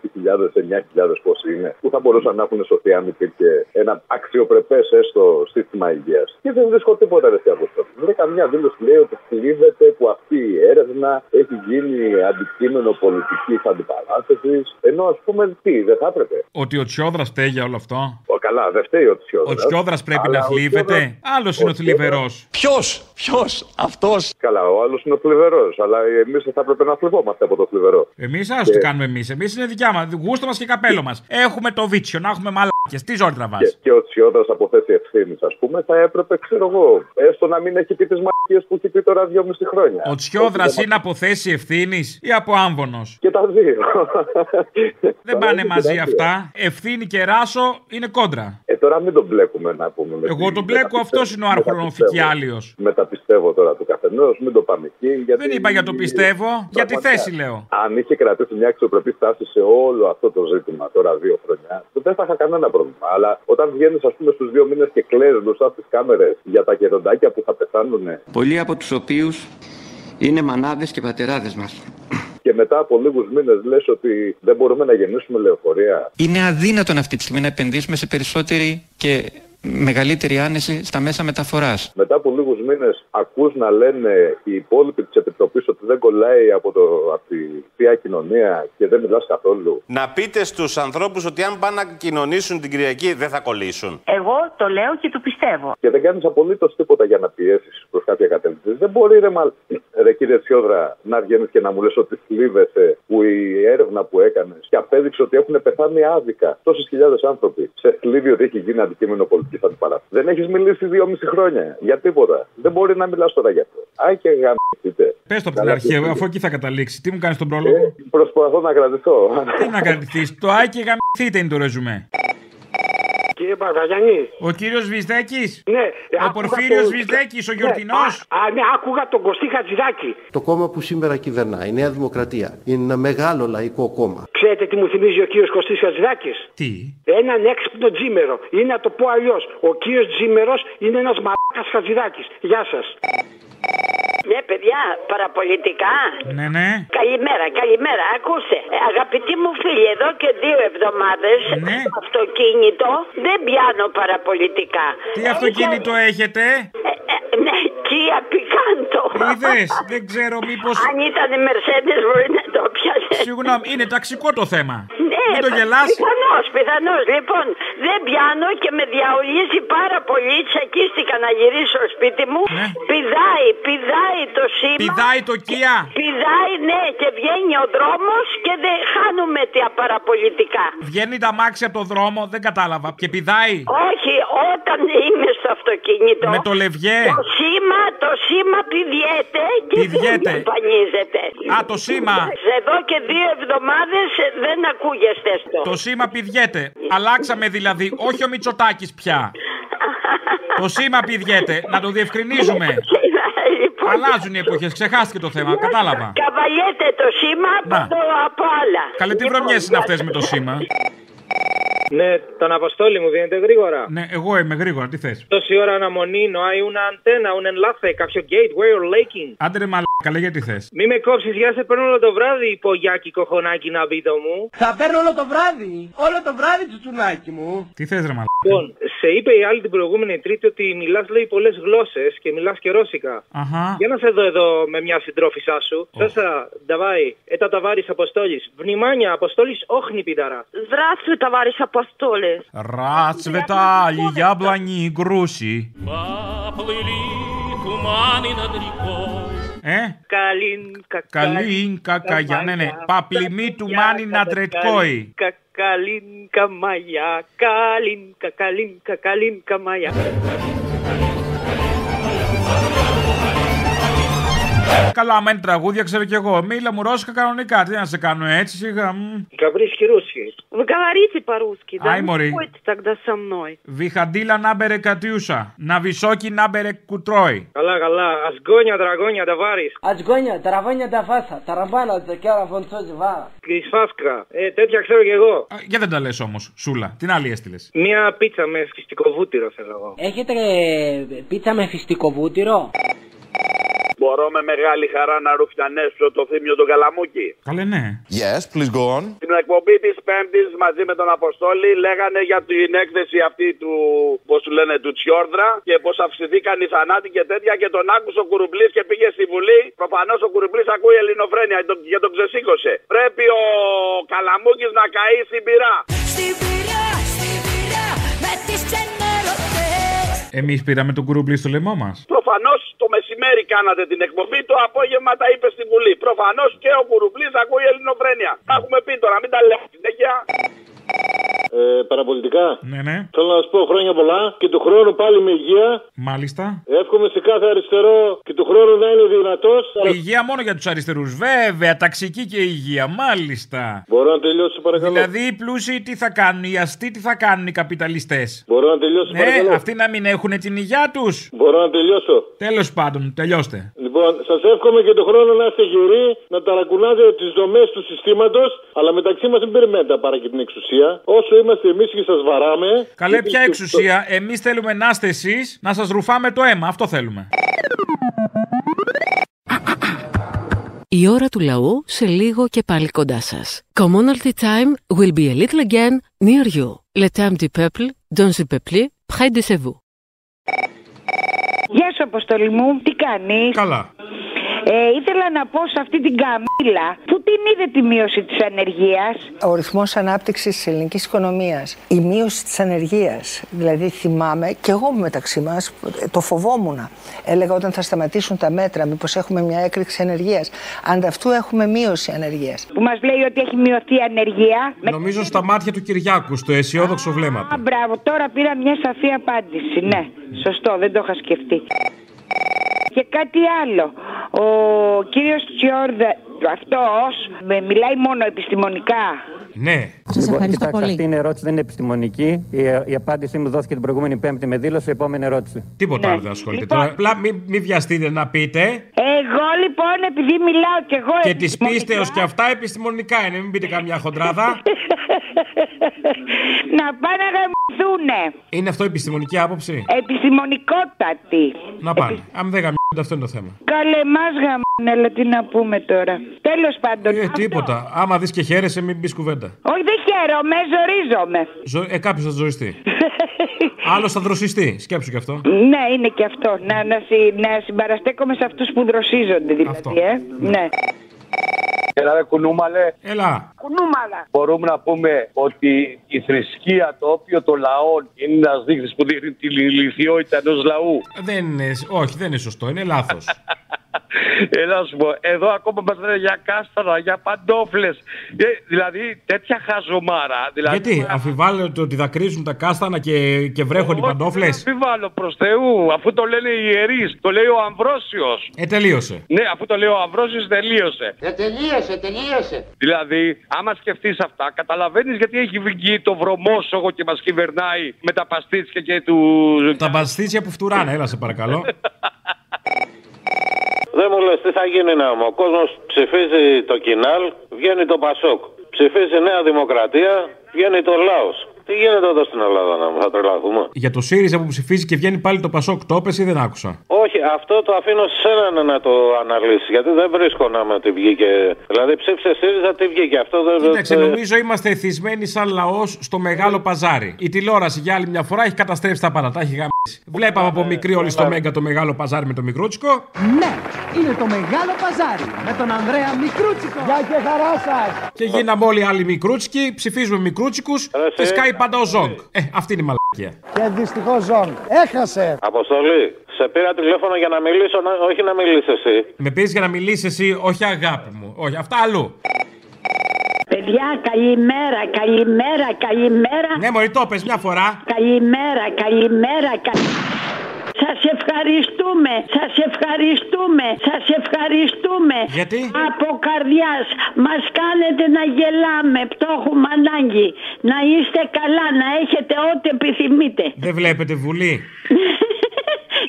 πόσοι είναι, που θα μπορούσαν να έχουν σωθεί αν υπήρχε ένα αξιοπρεπές έστω σύστημα υγείας. Και δεν βρίσκω τίποτα ρε Θεαγούστο. Βρήκα μια δήλωση που λέει ότι θλίβεται που αυτή η έρευνα έχει γίνει αντικείμενο πολιτικής αντιπαράθεσης, ενώ ας πούμε τι, δεν θα έπρεπε. Ότι ο Τσιόδρας φταίει για όλο αυτό. Ο, καλά, δεν φταίει ο Τσιόδρας. Ο Τσιόδρας πρέπει να θλίβεται. Άλλος είναι ο θλιβερός. Ποιος, ποιος, αυτός. Καλά, ο άλλος είναι ο θλιβερός. Αλλά εμείς θα έπρεπε να θλιβόμαστε από το θλιβερό. Εμείς άστο τι κάνουμε εμείς. Εμείς είναι δικιά μας. Γούστο μας και καπέλο μας. Έχουμε το βίτσιο, να έχουμε μαλάκια. Τι ζόρι τραβάς. Και, και ο Τσιόδρα από θέση ευθύνης, ας πούμε, θα έπρεπε, ξέρω εγώ, έστω να μην έχει πει τις μαγικέ που έχει πει τώρα δυόμιση χρόνια. Ο Τσιόδρα είναι από θέση ευθύνης ή από άμβονος. Και τα δύο. Δεν πάνε μαζί αυτά. Ευθύνη και ράσο είναι κόντρα. Ε, τώρα μην τον μπλέκουμε να πούμε. με Εγώ τη- τον μπλέκω, αυτός είναι ο άρχονο φικιάλιο. Μεταπιστεύω τώρα του καθενός, μην το πάμε εκεί. Γιατί... Δεν είπα για το πιστεύω, για τη Πραγματικά. θέση λέω. Αν είχε κρατήσει μια αξιοπρεπή στάση σε όλο αυτό το ζήτημα τώρα δύο χρόνια, δεν θα είχα κανένα πρόβλημα. Αλλά όταν βγαίνεις, ας πούμε, στους δύο μήνες και κλαις μπροστά στις κάμερες για τα γεροντάκια που θα πεθάνουν Πολλοί από τους οποίους είναι μανάδες και πατεράδες μας. και μετά από λίγους μήνες λες ότι δεν μπορούμε να γεννήσουμε λεωφορεία. Είναι αδύνατον αυτή τη στιγμή να επενδύσουμε σε περισσότερη και μεγαλύτερη άνεση στα μέσα μεταφοράς. Μετά από λίγους μήνες ακούς να λένε οι υπόλοιποι της Επιτροπής ότι δεν κολλάει από, το, από τη θεία κοινωνία και δεν μιλάς καθόλου. Να πείτε στους ανθρώπους ότι αν πάνε να κοινωνήσουν την Κυριακή δεν θα κολλήσουν. Ε, Εγώ το λέω και το πιστεύω. Και δεν κάνεις απολύτως τίποτα για να πιέσεις προς κάποια κατεύθυνση. Δεν μπορεί, ρε, μα... ρε κύριε Τσιόδρα, να βγαίνεις και να μου λες ότι θλίβεσαι που η έρευνα που έκανες και απέδειξε ότι έχουν πεθάνει άδικα τόσες χιλιάδες άνθρωποι. Σε θλίβει ότι έχει γίνει αντικείμενο πολιτικής αντιπαράθεσης. Δεν έχεις μιλήσει δύο μισή χρόνια για τίποτα. Δεν μπορεί να μιλάς τώρα γι' αυτό. Α, και γαμηθείτε. Πες το από την αρχή, αφού εκεί θα καταλήξει. Τι μου κάνεις τον πρόλογο. Ε, Προσπαθώ να κρατηθώ. Τι Ε, να κρατηθείς. Το άκη γαμηθείτε είναι το ρεζουμέ. Κύριε Παπαγιανή. Ο κύριος Βυζδέκης. Ναι, Ο Πορφύριο Βυζδέκης, ο Γιορτινό. Ναι, α, α, ναι, άκουγα τον Κωστή Χατζηδάκη. Το κόμμα που σήμερα κυβερνά, η Νέα Δημοκρατία, είναι ένα μεγάλο λαϊκό κόμμα. Ξέρετε τι μου θυμίζει ο κύριος Κωστής Χατζηδάκης. Τι. Έναν έξυπνο τζίμερο. Ή να το πω αλλιώς. Ο κύριος Τζίμερος είναι ένας μαλάκας Χατζηδάκης. Γεια σας. Ναι, παιδιά, παραπολιτικά. Ναι, ναι. Καλημέρα, καλημέρα. Ακούστε, ε, αγαπητοί μου φίλοι, εδώ και δύο εβδομάδες Ναι. στο αυτοκίνητο δεν πιάνω παραπολιτικά. Τι αυτοκίνητο έχετε. Ναι, Kia Picanto. Είδες. Δεν ξέρω μήπως. Αν ήταν η Mercedes μπορεί να το πιάσει. Συγγνώμη, είναι ταξικό το θέμα. Ναι, Μην το γελάς. Πιθανώς, πιθανώς. Λοιπόν, δεν πιάνω και με διαολίζει πάρα πολύ. Τσακίστηκα να γυρίσω σπίτι μου. Πηδάει, πηδάει το σήμα. Ναι. Πηδάει το Kia. Πηδάει, ναι, και βγαίνει ο δρόμος και δεν χάνουμε τα παραπολιτικά. Βγαίνει τα μάξι από το δρόμο, δεν κατάλαβα. Και πηδάει. Όχι, όταν είμαι στο αυτοκίνητο. Με το λευγέ. Το σήμα, το σήμα πηδιέται και Πηδιέται. δεν εμφανίζεται. Α, το σήμα. Εδώ και δύο εβδομάδες δεν ακούγεστε στο. Το σήμα πηδιέται. Αλλάξαμε δηλαδή, όχι ο Μητσοτάκης πια. Το σήμα πηδιέται. Να το διευκρινίζουμε. Λοιπόν, Αλλάζουν οι εποχές. Ξεχάστηκε το θέμα. Κατάλαβα. Καβαλιέται το σήμα από, Να. το, από άλλα. Καλέ, τι Λοιπόν, βρωμιές είναι αυτές με το σήμα. Ναι, τον Αποστόλη μου δίνετε γρήγορα. Ναι, εγώ είμαι γρήγορα, τι θες. Τόση ώρα αναμονή, no hay una antena, un enlace, κάποιο gateway or laking. Άντε ρε μαλάκα, λέγε τι θες. Μη με κόψεις, για σε παίρνω όλο το βράδυ, πογιάκι κοχονάκι να μπείτε μου. Θα παίρνω όλο το βράδυ, όλο το βράδυ τσουτσουνάκι μου. Τι θες ρε μαλάκα. Λοιπόν, σε είπε η άλλη την προηγούμενη Τρίτη ότι μιλάς, λέει, πολλές γλώσσες και μιλάς και ρώσικα. Αχα. Για να σε δω εδώ με μια συντρόφισά σου. Σάσα, νταβάι, έτα ταβάρι Αποστόλης. Βνημάνια, Αποστόλης, όχνη πιδαρά. Здравствуй, товарищ Апостоле. Расцветали яблони и груши. Туманы над рекой. Ε, Калинка, καλίνκα καγιά, ναι, ναι. Παπλημί του μάνι να τρετκόει. Калинка, калинка моя, калинка, калинка, калинка моя. Καλά, άμα είναι τραγούδια, ξέρω κι εγώ. Μίλα μου ρώσικα κανονικά. Τι να σε κάνω έτσι, σιγά. μ. Καβρίσκι Ρούσι. Вы говорите по-русски, да? Ай, Ну, Мори. спойте тогда со мной. Βιχαντήλα να μπερε κατιούσα. Να βυσόκι να μπερε κουτρόι. Καλά, καλά. Ασγκόνια, δραγόνια, νταβάρι. Ατζγόνια, ταραβάνια τα φάσα, ταραμπάνα τα κέρα φωντσόζι βάρα. Κρυσφάφκα. Ε, τέτοια ξέρω κι εγώ. Α, Για δεν τα λες όμως, σούλα. Την άλλη έστειλες. Μία πίτσα με σκιστικό βούτυρο θέλω εγώ. Έχετε ε, πίτσα με φυστικό βούτυρο. Μπορώ με μεγάλη χαρά να ρουφιανέσω το θύμιο τον Καλαμούκη. Καλέ, ναι. Yes, please go on. Στην εκπομπή της Πέμπτης μαζί με τον Αποστόλη λέγανε για την έκθεση αυτή του, πώς του λένε, του Τσιόρδρα και πώς αυξηθήκαν οι θανάτοι και τέτοια και τον άκουσε ο Κουρουμπλή και πήγε στη Βουλή. Προφανώς ο Κουρουμπλή ακούει ελληνοφρένεια και τον, και τον ξεσήκωσε. Πρέπει ο Καλαμούκης να καεί στην πυρά. Στην πυρά, στην πυρά, με τις ξενερωτές Εμείς πήραμε τον κουρούμπλι στο λαιμό μας. Προφανώς το μεσημέρι κάνατε την εκπομπή, το απόγευμα τα είπε στην Βουλή. Προφανώς και ο Κουρουμπλή ακούει ελληνοφρένεια. Τα έχουμε πει τώρα, μην τα λέμε συνέχεια. Ε, παραπολιτικά. Ναι, ναι. Θέλω να σα πω χρόνια πολλά και του χρόνου πάλι με υγεία. Μάλιστα. Εύχομαι σε κάθε αριστερό και του χρόνου να είναι δυνατός. Υγεία μόνο για τους αριστερούς. Βέβαια, ταξική και υγεία. Μάλιστα. Μπορώ να τελειώσω παρακαλώ. Δηλαδή οι πλούσιοι τι θα κάνουν, οι αστεί τι θα κάνουν, οι καπιταλιστές. Μπορώ να τελειώσω Ναι, παρακαλώ. αυτοί να μην έχουν την υγεία τους. Μπορώ να τελειώσω. Τέλος πάντων, τελειώστε. Λοιπόν, Λοιπόν, σας εύχομαι και τον χρόνο να είστε γυροί, να ταρακουνάζετε τις δομές του συστήματος, αλλά μεταξύ μας μην περιμένετε να πάρει και την εξουσία. Όσο είμαστε εμείς και σας βαράμε. Καλέ, Ε, ποια εξουσία. Εμείς θέλουμε να είστε εσείς να σας ρουφάμε το αίμα. Αυτό θέλουμε. Η ώρα του λαού σε λίγο και πάλι κοντά σας. Commonalty time will be a little again near you. Le temps du peuple, dans le peuple, près de chez vous. Γεια σου, Αποστολή μου, τι κάνεις. Καλά. Ε, ήθελα να πω σε αυτή την καμίλα που την είδε τη μείωση της ανεργίας. Ο ρυθμός ανάπτυξης της ελληνικής οικονομίας, η μείωση της ανεργίας. Δηλαδή, θυμάμαι και εγώ μεταξύ μας το φοβόμουν. Έλεγα όταν θα σταματήσουν τα μέτρα, μήπως έχουμε μια έκρηξη ανεργίας. Ανταυτού έχουμε μείωση ανεργίας. Που μας λέει ότι έχει μειωθεί η ανεργία. Με... Νομίζω στα μάτια του Κυριάκου, στο αισιόδοξο βλέμμα. Α, μπράβο, τώρα πήρα μια σαφή απάντηση. Ναι, σωστό, δεν το είχα σκεφτεί. Και κάτι άλλο. Ο κύριος Τσιόρδα, αυτός, με μιλάει μόνο επιστημονικά. Ναι. Σας ευχαριστώ πολύ. Αυτή είναι ερώτηση, δεν είναι επιστημονική. Η, η απάντησή μου δόθηκε την προηγούμενη Πέμπτη με δήλωση. Επόμενη ερώτηση. Ναι. Τίποτα άλλο δεν ασχολείται. Τώρα, απλά μην μη βιαστείτε να πείτε. Λοιπόν- Εγώ λοιπόν, επειδή μιλάω κι εγώ Και τη πίστεως και αυτά επιστημονικά είναι. Μην πείτε καμιά χοντράδα. να πάνε να γαμηθούνε. είναι αυτό επιστημονική άποψη. Επιστημονικότατη. να πάνε. Αν δεν γαμιούνται, αυτό είναι το θέμα. Καλέ μας γαμάνε, αλλά τι να πούμε τώρα. Τέλος πάντων. Ε, τίποτα. Άμα δεις και χαίρεσαι, μην πεις κουβέντα. Όχι, δεν χαίρομαι, ζορίζομαι. Ζω... Ε, κάποιος θα ζωριστεί. Άλλος θα δροσιστεί. Σκέψου κι αυτό. Ναι, είναι και αυτό. Να, να, συ, να συμπαραστέκομαι σε αυτούς που δροσίζονται δηλαδή, ε. Ναι. Έλα, ρε κουνούμαλε. Έλα. Κουνούμαλα. Μπορούμε να πούμε ότι η θρησκεία, το όπιο των λαών είναι ένας δείκτη που δείχνει τη λιθιότητα ενός λαού. Δεν είναι, όχι, δεν είναι σωστό, είναι λάθος. Έλα, να σου πω, εδώ ακόμα μας λένε για κάστανα, για παντόφλες. δηλαδή τέτοια χαζομάρα. Δηλαδή, Γιατί, αμφιβάλλετε ότι δακρύζουν τα κάστανα και, και βρέχουν οι παντόφλε. Αμφιβάλλω προς Θεού, αφού το λένε οι ιερείς, το λέει ο Αμβρόσιος. Ε, τελείωσε. Ναι, αφού το λέει ο Αμβρόσιος, τελείωσε. Ε, τελείωσε, τελείωσε. Δηλαδή, άμα σκεφτείς αυτά, καταλαβαίνεις γιατί έχει βγει το βρωμόσογο και μας κυβερνάει με τα παστίτσια και τους. Τα μπαστίτσια που φτουράνε, έλα σε παρακαλώ. Δεν μου λες τι θα γίνει να μου. Ο κόσμος ψηφίζει το κοινάλ, βγαίνει το Πασόκ. Ψηφίζει Νέα Δημοκρατία, βγαίνει το Λάος. Τι γίνεται εδώ στην Ελλάδα να μου, θα τρελαθούμε. Για το ΣΥΡΙΖΑ που ψηφίζει και βγαίνει πάλι το Πασόκ, το έπεσε ή δεν άκουσα. Όχι, αυτό το αφήνω σε σένα να το αναλύσεις. Γιατί δεν βρίσκω να με τι βγήκε. Δηλαδή ψήφισε ΣΥΡΙΖΑ, τι βγήκε. Αυτό δεν. Κοίταξε, Ε, δεν- νομίζω είμαστε εθισμένοι σαν λαός στο μεγάλο παζάρι. Η τηλεόραση για άλλη μια φορά έχει καταστρέψει τα πάντα. Τα έχει γαμίσει. Βλέπαμε από μικρή όλοι στο Μέγκα το μεγάλο παζάρι με το μικρούτσικο. Ναι, είναι το μεγάλο παζάρι με τον Ανδρέα Μικρούτσικο. Γεια και χαρά σας. Και γίναμε όλοι άλλοι μικρούτσικοι, ψηφίζουμε μικρούτσικους. Φυσικά πάντα ο Ζόγκ. Ε, αυτή είναι η μαλακία. Και δυστυχώς ζών. Έχασε. Αποστολή, σε πήρα τηλέφωνο για να μιλήσω, να- όχι να μιλήσεις εσύ. Με πήρες για να μιλήσεις εσύ, όχι αγάπη μου. Όχι, αυτά αλλού. Παιδιά, καλημέρα, καλημέρα, καλημέρα. Ναι, μωρή, το πες μια φορά. Καλημέρα, καλημέρα, κα... Σας ευχαριστούμε, σας ευχαριστούμε, σας ευχαριστούμε. Γιατί? Από καρδιάς μας κάνετε να γελάμε, το έχουμε ανάγκη. Να είστε καλά, να έχετε ό,τι επιθυμείτε. Δεν βλέπετε βουλή.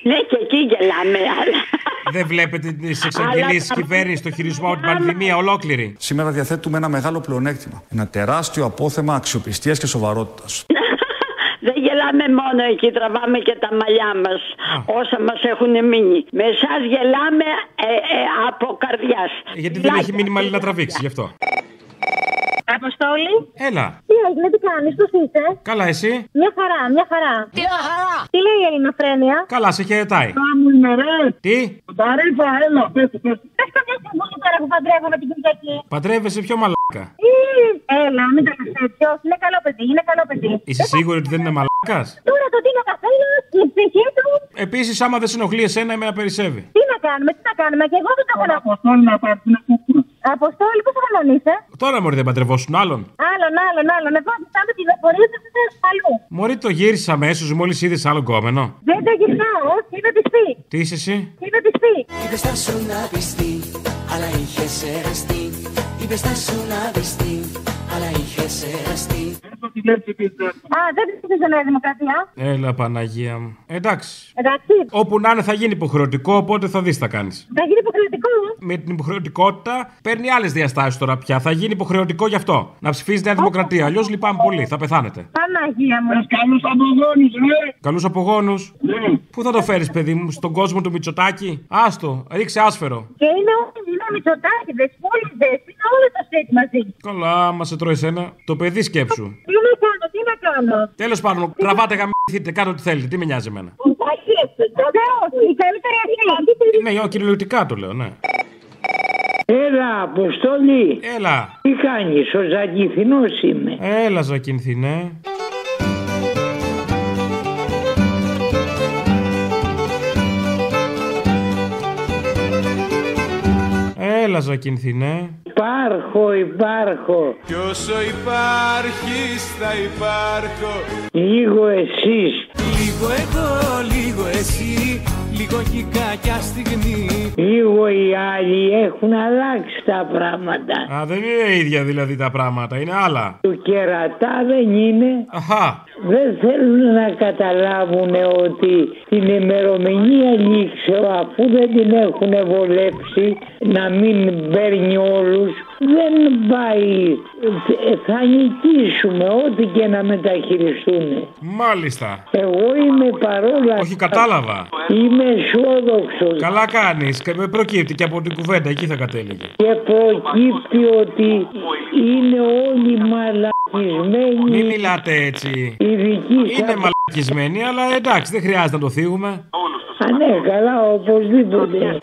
Ναι, και εκεί γελάμε, αλλά... Δεν βλέπετε τις Αλλά εξαγγελίες της τα- κυβέρνηση στο χειρισμό από την πανδημία ολόκληρη. Σήμερα διαθέτουμε ένα μεγάλο πλεονέκτημα. Ένα τεράστιο απόθεμα αξιοπιστίας και σοβαρότητας. Δεν γελάμε μόνο εκεί, τραβάμε και τα μαλλιά μας, όσα μας έχουν μείνει. Με εσάς γελάμε ε, ε, από καρδιάς. Ε, Γιατί δεν έχει μήνυμα να τραβήξει γι' αυτό. Αποστόλη. Έλα. Τι έγινε, τι κάνεις, πώς είσαι. Καλά, εσύ. Μια χαρά, μια χαρά. Μια χαρά. Τι λέει η Ελληνοφρένεια. Καλά, σε χαιρετάει. Κάμουνε, ρε. Τι, Ταρίφα, έλα, πες, πες. Πες καμιά συμβουλή τώρα που παντρεύομαι την Κυριακή. παντρεύεσαι πιο μαλάκα. Ή, Έλα, μην τα λες έτσι, όχι, είναι καλό παιδί, είναι καλό παιδί. Λοιπόν, Είσαι σίγουρη ότι δεν είναι μαλάκας. Τώρα το τι είναι ο καθένας, η ψυχή του, Επίσης, άμα δεν συνοχλεί εσένα, εμένα περισσεύει. τι να κάνουμε, τι να κάνουμε, και εγώ δεν το έχω να πω. Αποστόλη, πώς θα κανονίσαι. Τώρα μωρή δεν παντρευόσουν άλλον. Άλλον, άλλον, άλλον. Εγώ ζητάμε τη δοφορία σα αλλού. Μωρή το γύρισες αμέσως μόλις είδες άλλο κόμενο. Δεν τα γυρνάω, όχι, είμαι πιστή. Τι είσαι εσύ. Είμαι πιστή. Είπες θα σου να πιστεί, αλλά είχες εραστεί. Η Είπες θα σου λάβει αλλά είχες εραστεί. Α, δεν ψήφισε Νέα Δημοκρατία. Έλα, Παναγία μου. Εντάξει. Εντάξει. Όπου να είναι θα γίνει υποχρεωτικό, οπότε θα δεις τα κάνεις. Θα γίνει υποχρεωτικό. Με την υποχρεωτικότητα παίρνει άλλες διαστάσεις τώρα πια. Θα γίνει υποχρεωτικό γι' αυτό. Να ψηφίζεις Νέα Δημοκρατία. Αλλιώς λυπάμαι πολύ, θα πεθάνετε. Παναγία μου. Καλούς απογόνους, ρε! Καλούς απογόνους. Πού θα το φέρεις, παιδί μου, στον κόσμο του Μητσοτάκη. Άστο, ρίξε άσφερο. Και είναι όλοι, είναι μητσοτάκιδες, πόλιδες, είναι όλο το σετ μαζί. Καλά, μα σε τρώει σένα. Το παιδί σκέψου. Τι να κάνω, τι να κάνω. Τέλος πάντων, τραβάτε γαμίθείτε, κάντε ό,τι θέλετε. Τι με νοιάζει εμένα. Υπάρχει έτσι, τότε όχι, η καλύτερη αυτή. Ναι, ο, κυριολεκτικά το λέω, ναι. Έλα, Αποστόλη. Έλα. Τι κάνεις, ο Ζαγκηθινός είμαι. Έλα, Ζακινθινέ. Έλα, Ζακινθινέ. Υπάρχω, υπάρχω. Κι όσο υπάρχεις θα υπάρχω Λίγο εσείς. Λίγο εγώ, λίγο εσύ Λίγο και η κακιά στιγμή Λίγο οι άλλοι έχουν αλλάξει τα πράγματα. Α, δεν είναι ίδια δηλαδή τα πράγματα, είναι άλλα. Του κερατά δεν είναι. Αχα. Δεν θέλουν να καταλάβουν ότι την ημερομηνία λήξεω αφού δεν την έχουν βολέψει να μην παίρνει όλους δεν πάει Ε, θα νικήσουμε ό,τι και να μεταχειριστούν Μάλιστα. εγώ είμαι παρόλα Όχι, κατάλαβα. είμαι αισιόδοξος Καλά κάνεις. Προκύπτει και από την κουβέντα, εκεί θα κατέληγε. και προκύπτει ότι είναι όλοι μαλακισμένοι Μην μιλάτε έτσι. οι δικοί Είναι μαλακισμένοι, αλλά εντάξει, δεν χρειάζεται να το θίγουμε. Α, ναι, καλά, οπωσδήποτε.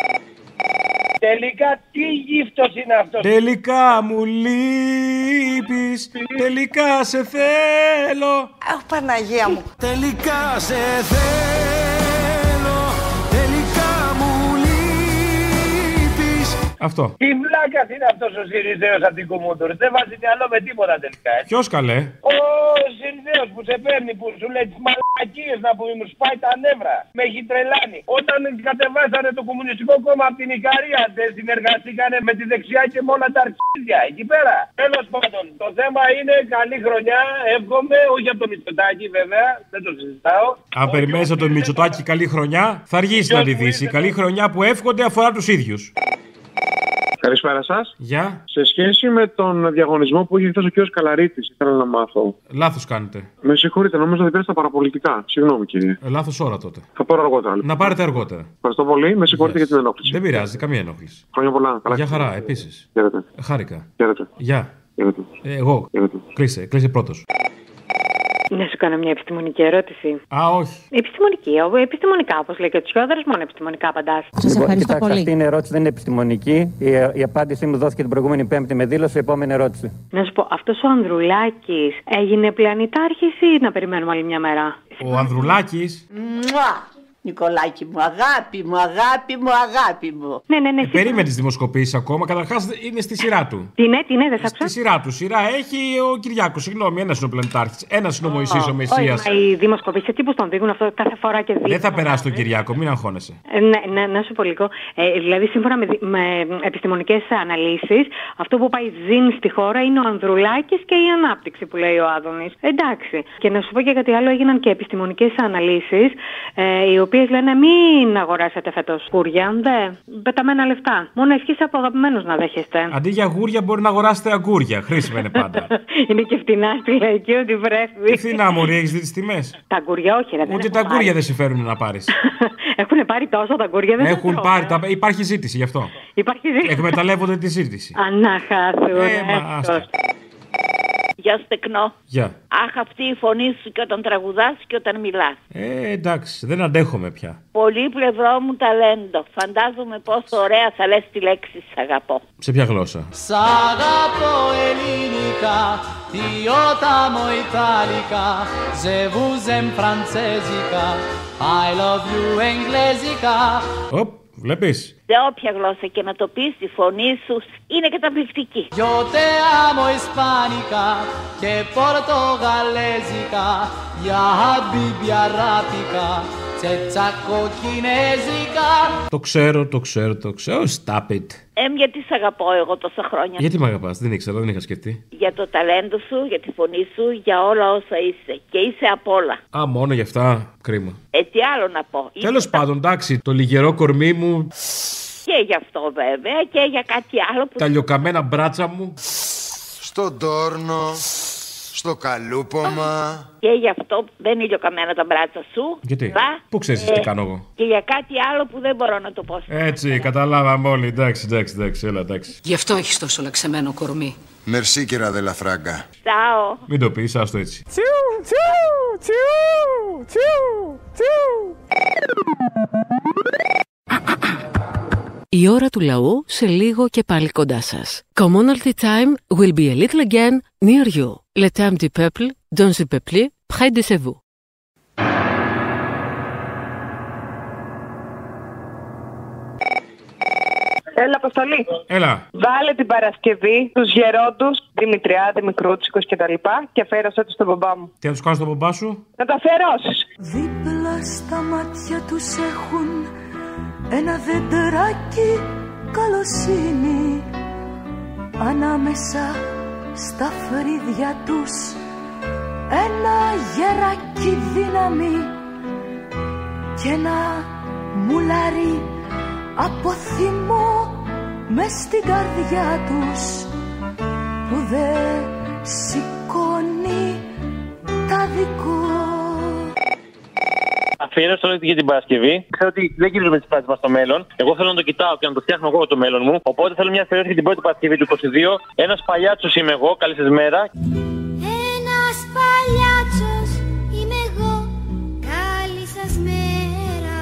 Τελικά τι γύφτος είναι αυτός. Τελικά μου λείπεις, τελικά σε θέλω. Αχ, Παναγία μου. Τελικά σε θέλω Τελικά μου λείπεις Αυτό. Τι βλάκας είναι αυτός ο Σιριζέος από την Κουμούντορ. Δεν βάζει μυαλό με τίποτα τελικά. ε. Ποιος καλέ. Ο Σιριζέος που σε παίρνει, που σου λέει τις μαλακίες να που μου σπάει τα νεύρα. Με έχει τρελάνει. Όταν κατεβάσανε το Κομμουνιστικό Κόμμα από την Ικαρία, δεν συνεργαστήκανε με τη δεξιά και με όλα τα αρχίδια εκεί πέρα. Τέλος πάντων, το θέμα είναι καλή χρονιά. Εύχομαι, όχι από το Μητσοτάκι βέβαια, δεν το συζητάω. Αν περιμένεις από τον Μητσοτάκη καλή χρονιά, θα αργήσει να τη δεις. Η καλή χρονιά που εύχονται αφορά τους ίδιους. Καλησπέρα σας. Γεια. Σε σχέση με τον διαγωνισμό που είχε χθες ο κ. Καλαρίτη, ήθελα να μάθω. Λάθος κάνετε. Με συγχωρείτε, νόμιζα ότι πήρε τα παραπολιτικά. Συγγνώμη, κύριε. Ε, Λάθος ώρα τότε. Θα πάρω αργότερα. Λοιπόν. Να πάρετε αργότερα. Ευχαριστώ πολύ. Με συγχωρείτε για την ενόχληση. Δεν πειράζει, καμία ενόχληση. Χρόνια πολλά. Καλά. Για χαρά, επίσης. Χαίρετε. Χάρηκα. Χαίρετε. Γεια. Χαίρετε. Ε, εγώ. Κλείσε, κλείσε πρώτος. Να σου κάνω μια επιστημονική ερώτηση. Α, όχι. Επιστημονική, ο- επιστημονικά, όπως λέει και ο Τσιόδρα, μόνο επιστημονικά απαντάς. Λοιπόν, κοιτάξτε, Αυτή είναι ερώτηση, δεν είναι επιστημονική. Η, η απάντησή μου δόθηκε την προηγούμενη Πέμπτη με δήλωση. Επόμενη ερώτηση. Να σου πω, αυτός ο Ανδρουλάκης έγινε πλανητάρχης ή να περιμένουμε άλλη μια μέρα. Ο Ανδρουλάκης Μουα! Νικολάκη μου, αγάπη μου, αγάπη μου, αγάπη μου. Ναι, ναι, ναι. εσύ- Περίμενε τις δημοσκοπήσεις ακόμα. Καταρχάς είναι στη σειρά του. Τι ναι, τι ναι, δεν σ' άκουσα. Στη σειρά του. Σειρά έχει ο Κυριάκος. Συγγνώμη, ένας είναι ο πλανητάρχης. Ένας είναι ο Μωυσής, ο Μεσία. Όχι, μα οι δημοσκοπήσεις τύπου τον δίνουν αυτό κάθε φορά και δύο. Δεν θα περάσει τον Κυριάκο, μην αγχώνεσαι. Ε, Ναι, ναι, να σου πω λίγο. Ε, δηλαδή, σύμφωνα με, δι- με επιστημονικές αναλύσεις, αυτό που πάει ζήν στη χώρα είναι ο Ανδρουλάκης και η ανάπτυξη που λέει ο Άδωνης. Εντάξει. Και να σου πω και κάτι άλλο, έγιναν και επιστημονικές αναλύσεις, ε, οι οποίες λένε μην αγοράσετε φέτος κούρια. Δε, πεταμένα λεφτά. Μόνο ευχής από αγαπημένους να δέχεστε. Αντί για γούρια μπορεί να αγοράσετε αγκούρια. Χρήσιμα είναι πάντα. είναι και φτηνά στη λαϊκή ότι βρέφει. Φθηνά, Μωρή, έχεις δει τις τιμές. Τα γκουριά, όχι, ρε, δεν Ούτε έχουν τα αγκούρια πάρει. δεν συμφέρουν να πάρεις. Έχουν πάρει τόσο τα γκουριά, δεν τα Έχουν τρώω. ε. πάρει. τα- Υπάρχει ζήτηση γι' αυτό. Υπάρχει ζήτηση. Εκμεταλλεύονται τη ζήτηση. Ανάχαθου. Ε, μα, άστα. Γεια σου τεκνό. Γεια. Αχ, αυτή η φωνή σου και όταν τραγουδάς και όταν μιλάς. Ε, εντάξει, δεν αντέχομαι πια. Πολύ πλευρό μου ταλέντο. Φαντάζομαι πόσο ωραία θα λες τη λέξη σ' αγαπώ. Σε ποια γλώσσα. Σ' αγαπώ ελληνικά, Io t'amo italica, je vous aime francesica, I love you englesica. Οπ, βλέπεις. Σε όποια γλώσσα και να το πεις, η φωνή σου είναι καταπληκτική. Io te amo ispanica, che portogalesica, ya habibi arabica, Τσετσακοκινέζικα Το ξέρω, το ξέρω, το ξέρω. Stop it. Εμ, γιατί σ' αγαπώ εγώ τόσα χρόνια. Γιατί με αγαπάς, δεν ήξερα, δεν είχα σκεφτεί. Για το ταλέντο σου, για τη φωνή σου, για όλα όσα είσαι. Και είσαι απ' όλα. Α, μόνο γι' αυτά. Κρίμα. Ε, τι άλλο να πω. Είσαι Τέλο πάντων, εντάξει, το λιγερό κορμί μου, Και γι' αυτό βέβαια και για κάτι άλλο που. τα λιοκαμένα μπράτσα μου. Στον τόρνο, στο καλούπομα. Και γι' αυτό που δεν ηλιοκαμένα τα μπράτσα σου. Γιατί, αλλά, πού ξέρεις ε, τι κάνω εγώ. Και για κάτι άλλο που δεν μπορώ να το πω. Έτσι, καταλάβαμε όλοι. Εντάξει, εντάξει, εντάξει, έλα, εντάξει. Γι' αυτό έχεις τόσο λαξεμένο κορμί. Μερσή, κυρία Δελαφράγκα. Τσάω. Μην το πεις, άστο έτσι. Τσιου, τσιου, τσιου, τσιου, τσιου. Η ώρα του λαού σε λίγο και πάλι κοντά σας. Commonalty time will be a little again near you. Le temps du peuple, dans le peuple, près de chez vous. Έλα, Αποστολή. Έλα. Βάλε την Παρασκευή τους γερόντους Δημητριάδη, Μικρούτσικο κτλ. Και αφαίρωσέ του στον μπαμπά μου. Τι να τους κάνω στον μπαμπά σου. Να τα αφαιρώσει. Δίπλα στα μάτια τους έχουν ένα δεντεράκι καλοσύνη Ανάμεσα στα φρύδια τους ένα γεράκι δύναμη και ένα μουλάρι από θυμό μες στην καρδιά τους που δεν σηκώνει τα δικό Αφιέρωσε όλη για την Παρασκευή. Ξέρω ότι δεν γυρίζουμε τι πράξει μας στο μέλλον. Εγώ θέλω να το κοιτάω και να το φτιάχνω εγώ το μέλλον μου. Οπότε θέλω μια αφιέρωση για την πρώτη Παρασκευή του 22. Ένας παλιάτσος είμαι εγώ. Καλή σας μέρα. Ένας παλιάτσος είμαι εγώ Καλή σας μέρα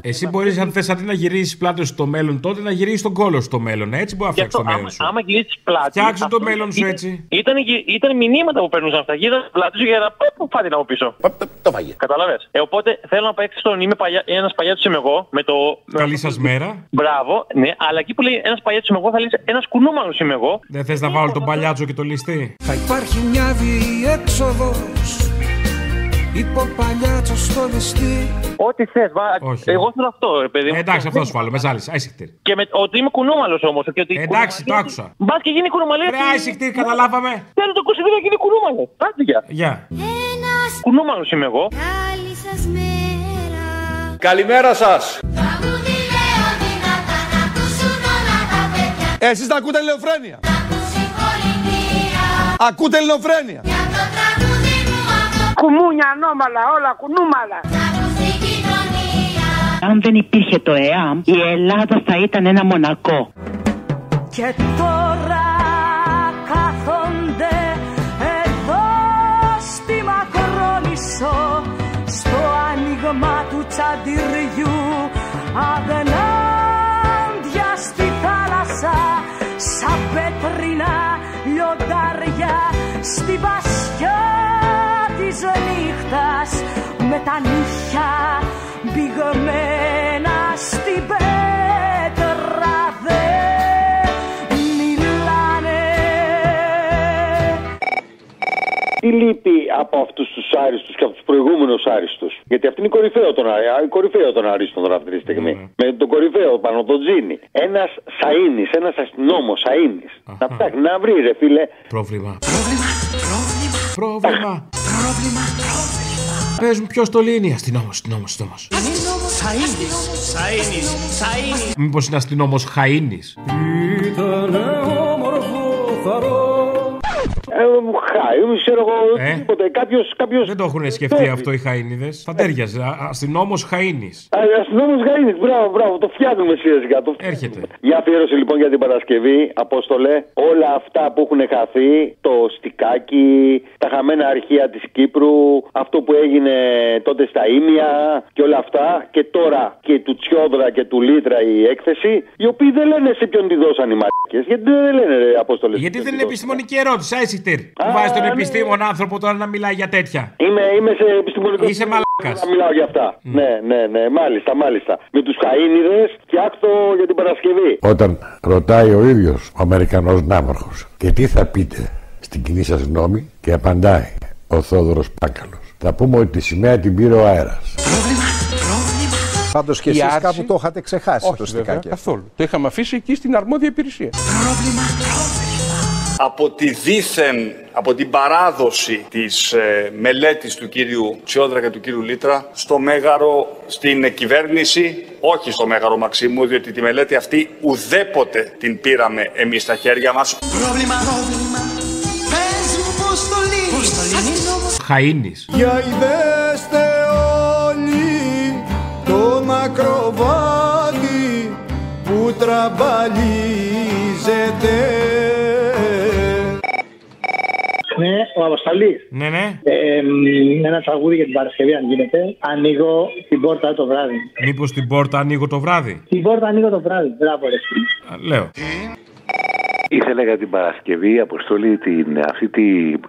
Εσύ μπορείς, αν θες, αντί να γυρίσεις πλάτη στο μέλλον τότε, να γυρίσεις τον κόλο στο μέλλον. Έτσι μπορεί να φτιάξει το μέλλον σου. Άμα γυρίσεις πλάτη. Φτιάξου αυτό το μέλλον σου ήταν- έτσι. Ήταν, ήταν μηνύματα που παίρνουν αυτά. Γύρω πλάτη σου για να πω πω φάτη να μου πίσω. Το φάγε. Καταλαβέ. Ε, οπότε θέλω να παίξεις τον είμαι παλιά, ένας παλιάτσο είμαι εγώ με το. Καλή σας μέρα. Μπράβο, ναι, αλλά εκεί που λέει ένας παλιάτσο είμαι εγώ θα λέει ένα κουνούμανο είμαι εγώ. Δεν θες να βάλω τον παλιάτσο και το ληστή. Θα υπάρχει μια διέξοδος Υπό παλιάτσο στο ληστή Ό,τι θες. Εγώ θέλω αυτό, ρε παιδί μου. Ε, Εντάξει, αυτό σου βάλω. Με ζάλισε. Άισιχτήρ. Και με, ότι είμαι κουνούμαλος όμως. Εντάξει, το άκουσα. Μπας και γίνει κουνούμαλος. Ρε, άισιχτήρ, καταλάβαμε. Θέλω το 22 να γίνει κουνούμαλος. Πάτε για. Γεια. Ένας Κουνούμαλος είμαι εγώ. Καλή σας μέρα Καλημέρα σας. Τραγουδιλέω δυνατά να ακούσουν όλα τα παιδιά Εσείς τα ακούτε ελληνοφρένεια. Συγχωρητήρια Ακούτε ελληνοφρένεια. Για το τραγούδι μου αυτό Κουμούνια, ανώμαλα, όλα κουνούμαλα. στην κοινωνία Αν δεν υπήρχε το ΕΑΜ, η Ελλάδα θα ήταν ένα μονακό. Και τώρα κάθονται εδώ στη Μακρόνισσο στο άνοιγμα του τσαντιριού απέναντια στη θάλασσα σαν πέτρινα λιοντάρια στη βασιά της νύχτας με τα νύχια πηγμένα στην πέτρα δεν μιλάνε Τι λείπει από αυτούς τους άριστους και από τους προηγούμενους άριστους. Γιατί αυτή είναι η κορυφαία των, αρι- η κορυφαία των αρίστων τώρα αυτή τη στιγμή. Με τον κορυφαίο πάνω, τον Τζίνι. Ένας Σαΐνης, ένας αστυνόμος Σαΐνης. Να ψάχνει να βρει, ρε φίλε. Πρόβλημα. Πρόβλημα. Πες μου ποιο το λύνει. Αστυνόμος, αστυνόμος, αστυνόμος. Μήπως είναι αστυνόμος Χαΐνης. Ήτανε όμορφο θαρό Ε, μου χάει, ξέρω εγώ, τίποτε. Κάποιος. Κάποιος... Ε. Δεν το έχουν σκεφτεί αυτό οι Χαΐνιδε. Θα τέριαζε. Α- Αστυνόμος Χαΐνη. Αστυνόμο Γαΐνη, μπράβο, μπράβο, το φτιάχνουμε σιγά σιγά. Το... Έρχεται. Μια αφιέρωση λοιπόν για την Παρασκευή, Απόστολε. Όλα αυτά που έχουν χαθεί, το στικάκι, τα χαμένα αρχεία της Κύπρου, αυτό που έγινε τότε στα Ήμια και όλα αυτά. Και τώρα και του Τσιόδρα και του Λίτρα η έκθεση, οι οποίοι δεν λένε σε ποιον τη δώσαν οι μαρκέ. Γιατί δεν λένε, ρε, Απόστολε. σε Γιατί ποιον δεν τη είναι δώσαν. επιστημονική ερώτηση, Άισιχτήρ. Που βάζει τον ναι. επιστήμον άνθρωπο τώρα να μιλάει για τέτοια. Είμαι, είμαι σε επιστημονικό Είσαι μαλάκας. Να μιλάω για αυτά. Ναι, ναι, ναι, μάλιστα, μάλιστα. Με τους Χαΐνιδες φτιάχτω για την Παρασκευή. Όταν ρωτάει ο ίδιος ο Αμερικανός ναύαρχος και τι θα πείτε στην κοινή σας γνώμη και απαντάει ο Θόδωρος Πάκαλος. Θα πούμε ότι τη σημαία την πήρε ο αέρας. Πάντως και Η εσείς άρση- κάπου το είχατε ξεχάσει Όχι, το βέβαια, στικάκι. αυτό. καθόλου. Το είχαμε αφήσει εκεί στην αρμόδια υπηρεσία. από τη δίθεν, από την παράδοση της ε, μελέτης του κύριου Τσιόδρα και του κύριου Λίτρα στο Μέγαρο, στην κυβέρνηση, όχι στο Μέγαρο Μαξίμου, διότι τη μελέτη αυτή ουδέποτε την πήραμε εμείς στα χέρια μας. Πρόβλημα, πρόβλημα. Πες μου πώς το λύνεις. Πώς το Χαΐνης. Για ειδέστε όλοι τον ακροβάτη που τραμπαλίζεται. Ναι, ο Αποστολής. Ναι, ναι. Ε, μ, ένα τραγούδι για την Παρασκευή, αν γίνεται. Ανοίγω την πόρτα το βράδυ. Μήπως την πόρτα ανοίγω το βράδυ. Την πόρτα ανοίγω το βράδυ. Μπράβο, ρε. φίλε. Λέω. Ήθελα για την Παρασκευή η αποστολή την, αυτή τη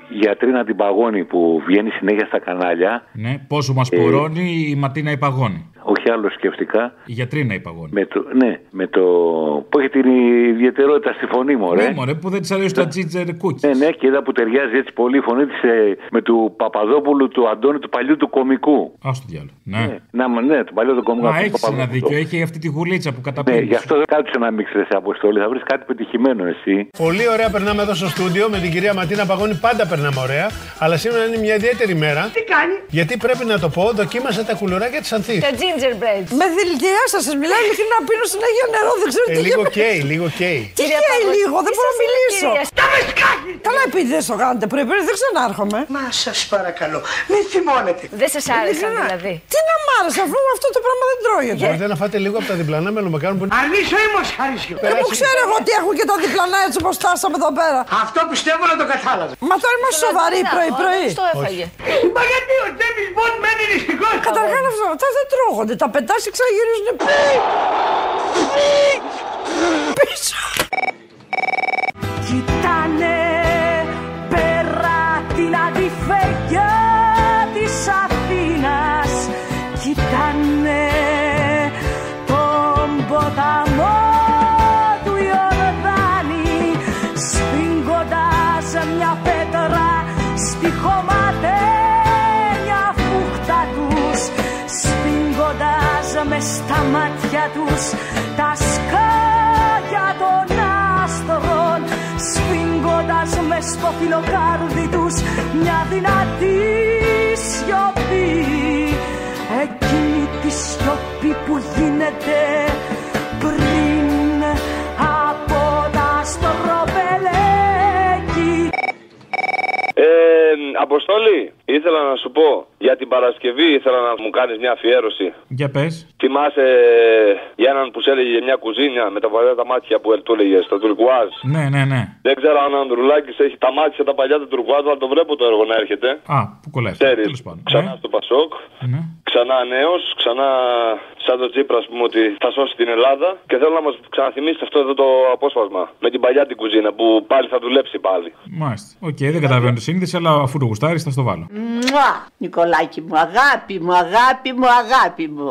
γιατρίνα την παγώνη που βγαίνει συνέχεια στα κανάλια. Ναι, πόσο Ε, μα πορώνει η Ματίνα Υπαγώνη. Όχι άλλο σκεφτικά. Η γιατρίνα Υπαγώνη. Με το, ναι, με το. που έχει την ιδιαιτερότητα στη φωνή μου, ρε. Ναι, μωρέ, που δεν της αρέσουν τα τζίτζερ κούκκις. Ναι, ναι, και είδα που ταιριάζει έτσι πολύ η φωνή της με του Παπαδόπουλου, του Αντώνη, του παλιού του κομικού. Ας το διάλογο. Ναι. Να, μα, ναι, του παλιού του κομικού. Μα αυτού του έχεις ένα Παπαδόπουλου. δίκιο. Έχει αυτή τη γουλίτσα που Ναι, καταπίνει. γι' αυτό δεν κάτσε να μίξεις σε αποστολή. Θα βρεις κάτι πετυχημένο εσύ. Πολύ ωραία περνάμε εδώ στο στούντιο με την κυρία Ματίνα Παγώνη. Πάντα περνάμε ωραία. Αλλά σήμερα είναι μια ιδιαίτερη μέρα. Τι κάνει. Γιατί πρέπει να το πω, δοκίμασα τα κουλουράκια της Ανθής. Τα gingerbread. Με δηλητηριά σας, σας μιλάω ειλικρινά. Πίνω συνέχεια νερό, δεν ξέρω Ε, τι λίγο γίνεται. καίει, λίγο καίει. Τι καίει λίγο, δεν μπορώ να μιλήσω. Τα με σκάκι! Καλά, επειδή δεν το κάνετε πρέπει, δεν ξανάρχομαι. Μα σας παρακαλώ, μην θυμώνετε. Δεν σας άρεσαν δηλαδή. Τι να μ' άρεσε, αφού αυτό το πράγμα δεν τρώγεται. Μπορείτε να φάτε λίγο από τα διπλανά μελομακάρων που είναι. Αρνήσω ή μοσχαρίσιο. Δεν Ε, μου Περάσει. ξέρω εγώ τι έχουν και τα διπλανά έτσι όπως φτάσαμε εδώ πέρα. Αυτό πιστεύω να το κατάλαβε. Μα τώρα είμαστε σοβαροί πρωί-πρωί. αυτό έφαγε. Μα γιατί ο Τζέμις Μπον μένει νηστικό. Καταρχά αυτά αυτά δεν τρώγονται. Τα πετάς και ξαναγυρίζουν πίσω. Κοιτάνε πέρα την αντιφέγγια της Αθήνας Κοιτάνε τον ποταμό του Ιορδάνη Σφίγγοντας μια πέτρα στη χωματένια φούχτα τους Σφίγγοντας με στα μάτια τους τα σκάλια των άστρων Σφίγγοντας μες στο φιλοκάρδι τους μια δυνατή σιωπή Εκείνη τη σιωπή που γίνεται πριν από τα στροπελέκι Ε, Αποστόλη, ήθελα να σου πω για την Παρασκευή, ήθελα να μου κάνεις μια αφιέρωση. Για πες. Θυμάσαι ε, για έναν που σε έλεγε μια κουζίνια με τα παλιά τα μάτια που του έλεγε στο τουρκουάζ. Ναι, ναι, ναι. Δεν ξέρω αν ο Ανδρουλάκης έχει τα μάτια τα παλιά του τουρκουάζ, αλλά το βλέπω το έργο να έρχεται. Α, που κολλάει. Ξέρει, ξανά στο Πασόκ, Ναι. ξανά νέος, ξανά σαν τον Τσίπρα, α πούμε, ότι θα σώσει την Ελλάδα. Και θέλω να μας ξαναθυμίσεις αυτό εδώ το απόσπασμα με την παλιά την κουζίνα που πάλι θα δουλέψει πάλι. Μάλιστα. Οκ, δεν καταλαβαίνω τη σύνδεση, αλλά αφού το γουστάρεις θα στο βάλω. Μουα! Νικολάκη μου, αγάπη μου, αγάπη μου, αγάπη μου.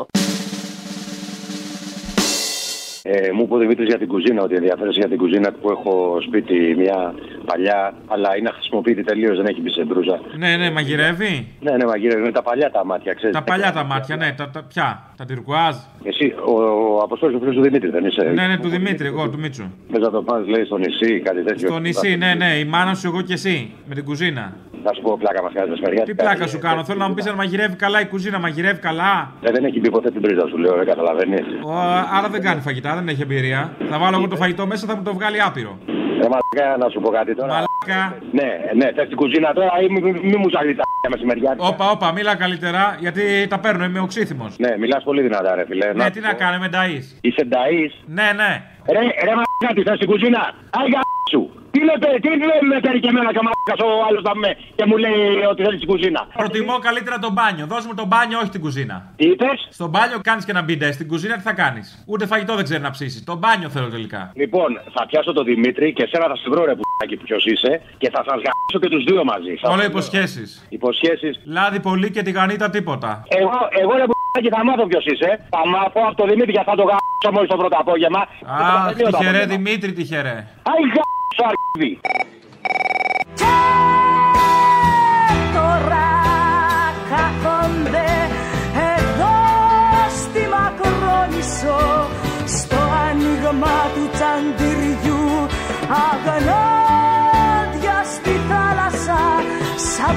Ε, μου είπε ο Δημήτρης για την κουζίνα, ότι ενδιαφέρεσαι για την κουζίνα που έχω σπίτι μια παλιά, αλλά είναι αχρησιμοποιητή τελείως, δεν έχει μπει σε μπρούζα. Ναι, ναι, μαγειρεύει. Ναι, ναι, μαγείρε, είναι τα παλιά τα μάτια, ξέρεις. Τα παλιά τα μάτια, ναι, τα, τα πια. Τα τυρκουάζ. Εσύ, ο, ο Αποστόλης ο φίλος του Δημήτρη, δεν είσαι. Ναι, ναι, του Δημήτρη, εγώ, του Μίτσου. Θες να το πας, λέει, στο νησί, κάτι τέτοιο. Στο νησί, ναι, ναι, η μάνα σου, εγώ και εσύ. Με την κουζίνα. Θα σου πω πλάκα μας κάνει μεσημεριά. Τι πλάκα σου κάνω, θέλω να μου πεις αν μαγειρεύει καλά η κουζίνα, μαγειρεύει καλά. Ε, δεν έχει μπει ποτέ την πρίζα, σου λέω, δεν καταλαβαίνει. Ο, άρα δεν κάνει φαγητά, δεν έχει εμπειρία. Θα βάλω εγώ το φαγητό μέσα, θα μου το βγάλει άπειρο. Ρε μαλακά, Ε, να σου πω κάτι τώρα. Μαλάκα. Ναι, ναι, θες την κουζίνα τώρα ή μη, μη, μη μου ζαλεί τα μεσημεριά. Όπα, όπα, μίλα καλύτερα, γιατί τα παίρνω, είμαι οξύθυμος. Ναι, μιλάς πολύ δυνατά, ρε φιλέ. Ναι, τι να κάνω, με νταΐς. ε. Είσαι νταΐς. Ναι, ναι. Ρε, ρε μαλακά, τι θες στην κουζίνα. Άγια σου. Τι λέτε, τι λέτε με θέλει και εμένα και ο μαλακάς ο άλλος να με και μου λέει ότι θέλει στην κουζίνα. Προτιμώ καλύτερα τον μπάνιο. Δώσ' μου τον μπάνιο, όχι την κουζίνα. Τι είπες? Στον μπάνιο κάνεις και να μπει Στην κουζίνα τι θα κάνεις. Ούτε φαγητό δεν ξέρει να ψήσεις. Τον μπάνιο θέλω τελικά. Λοιπόν, θα πιάσω τον Δημήτρη και εσένα θα σε βρω ρε πουστάκι ποιος είσαι και θα σας γαμίσω και τους δύο μαζί. Θα- Όλο υποσχέσεις. Υποσχέσεις. Λάδι πολύ και τη γανίτα τίποτα. Εγώ, εγώ ρε πουστάκι θα μάθω ποιος είσαι. Θα μάθω από τον Δημήτρη και θα το γαμίσω μόλις το πρώτο απόγευμα. Αχ, Και το απόγευμα. τυχερέ Δημήτρη, τυχερέ. Άι γαμίσω αρχίδι. τώρα κάθονται εδώ στη μακρό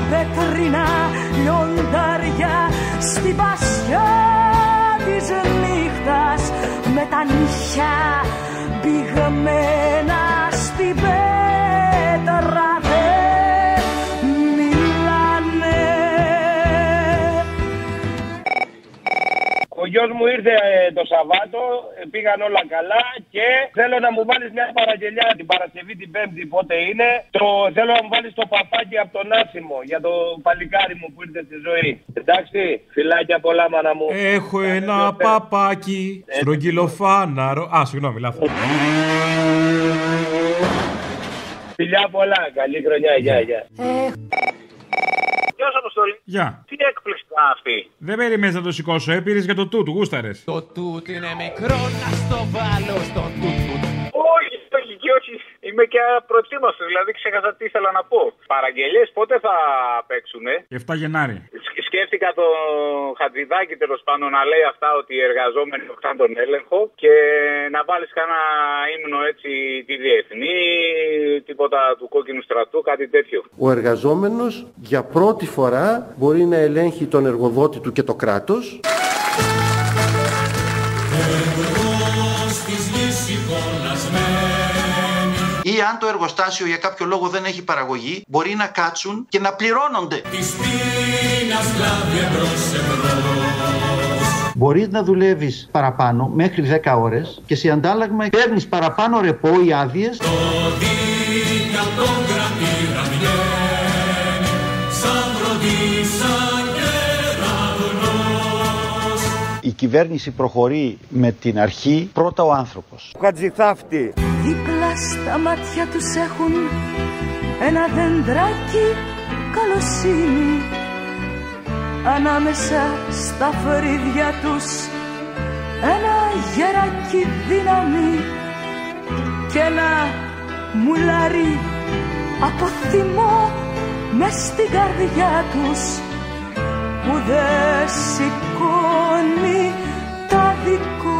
μακρινά λιοντάρια στην πασιά της νύχτας με τα νύχια πηγμένα στην πέτρα δεν μιλάνε Ο γιος μου ήρθε ε, το Σαββάτο, ε, πήγαν όλα καλά και θέλω να μου βάλεις μια παραγγελιά την Παρασκευή, την Πέμπτη, πότε είναι. Το, θέλω να μου βάλεις το παπάκι από τον Άσιμο για το παλικάρι μου που ήρθε στη ζωή. Εντάξει, φυλάκια πολλά, μάνα Ε, μου. Έχω ένα παπάκι στρογγυλοφάναρο. Α, συγγνώμη, λάθος. Φιλιά πολλά, καλή χρονιά, γεια, γεια. Γεια σας, Αποστολή. Γεια. Τι έκπληξη ήταν αυτή. Δεν περίμενε να το σηκώσω, έπειρε για το τούτ, γούσταρες. Το τούτ είναι μικρό, να στο βάλω στο τούτ. Όχι, όχι, και όχι. Είμαι και απροετοίμαστο, δηλαδή ξέχασα τι ήθελα να πω. Παραγγελίες πότε θα παίξουνε. 7 Γενάρη. Σκ- Σκέφτηκα το Χατζηδάκη τέλος πάντων να λέει αυτά ότι οι εργαζόμενοι έχουν τον έλεγχο και να βάλεις κανένα ύμνο έτσι τη διεθνή, τίποτα του κόκκινου στρατού, κάτι τέτοιο. Ο εργαζόμενος για πρώτη φορά μπορεί να ελέγχει τον εργοδότη του και το κράτος. Ή αν το εργοστάσιο για κάποιο λόγο δεν έχει παραγωγή, μπορεί να κάτσουν και να πληρώνονται. Μπορείς να δουλεύεις παραπάνω μέχρι 10 ώρες και σε αντάλλαγμα παίρνεις παραπάνω ρεπό ή άδειες. Η κυβέρνηση προχωρεί με την αρχή πρώτα ο άνθρωπος. Χατζηθάφτη. Δίπλα στα μάτια τους έχουν ένα δέντρακι καλοσύνη Ανάμεσα στα φρύδια τους ένα γεράκι δύναμη και ένα μουλάρι από θυμό μες στην καρδιά τους που δεν σηκώνει τα δικό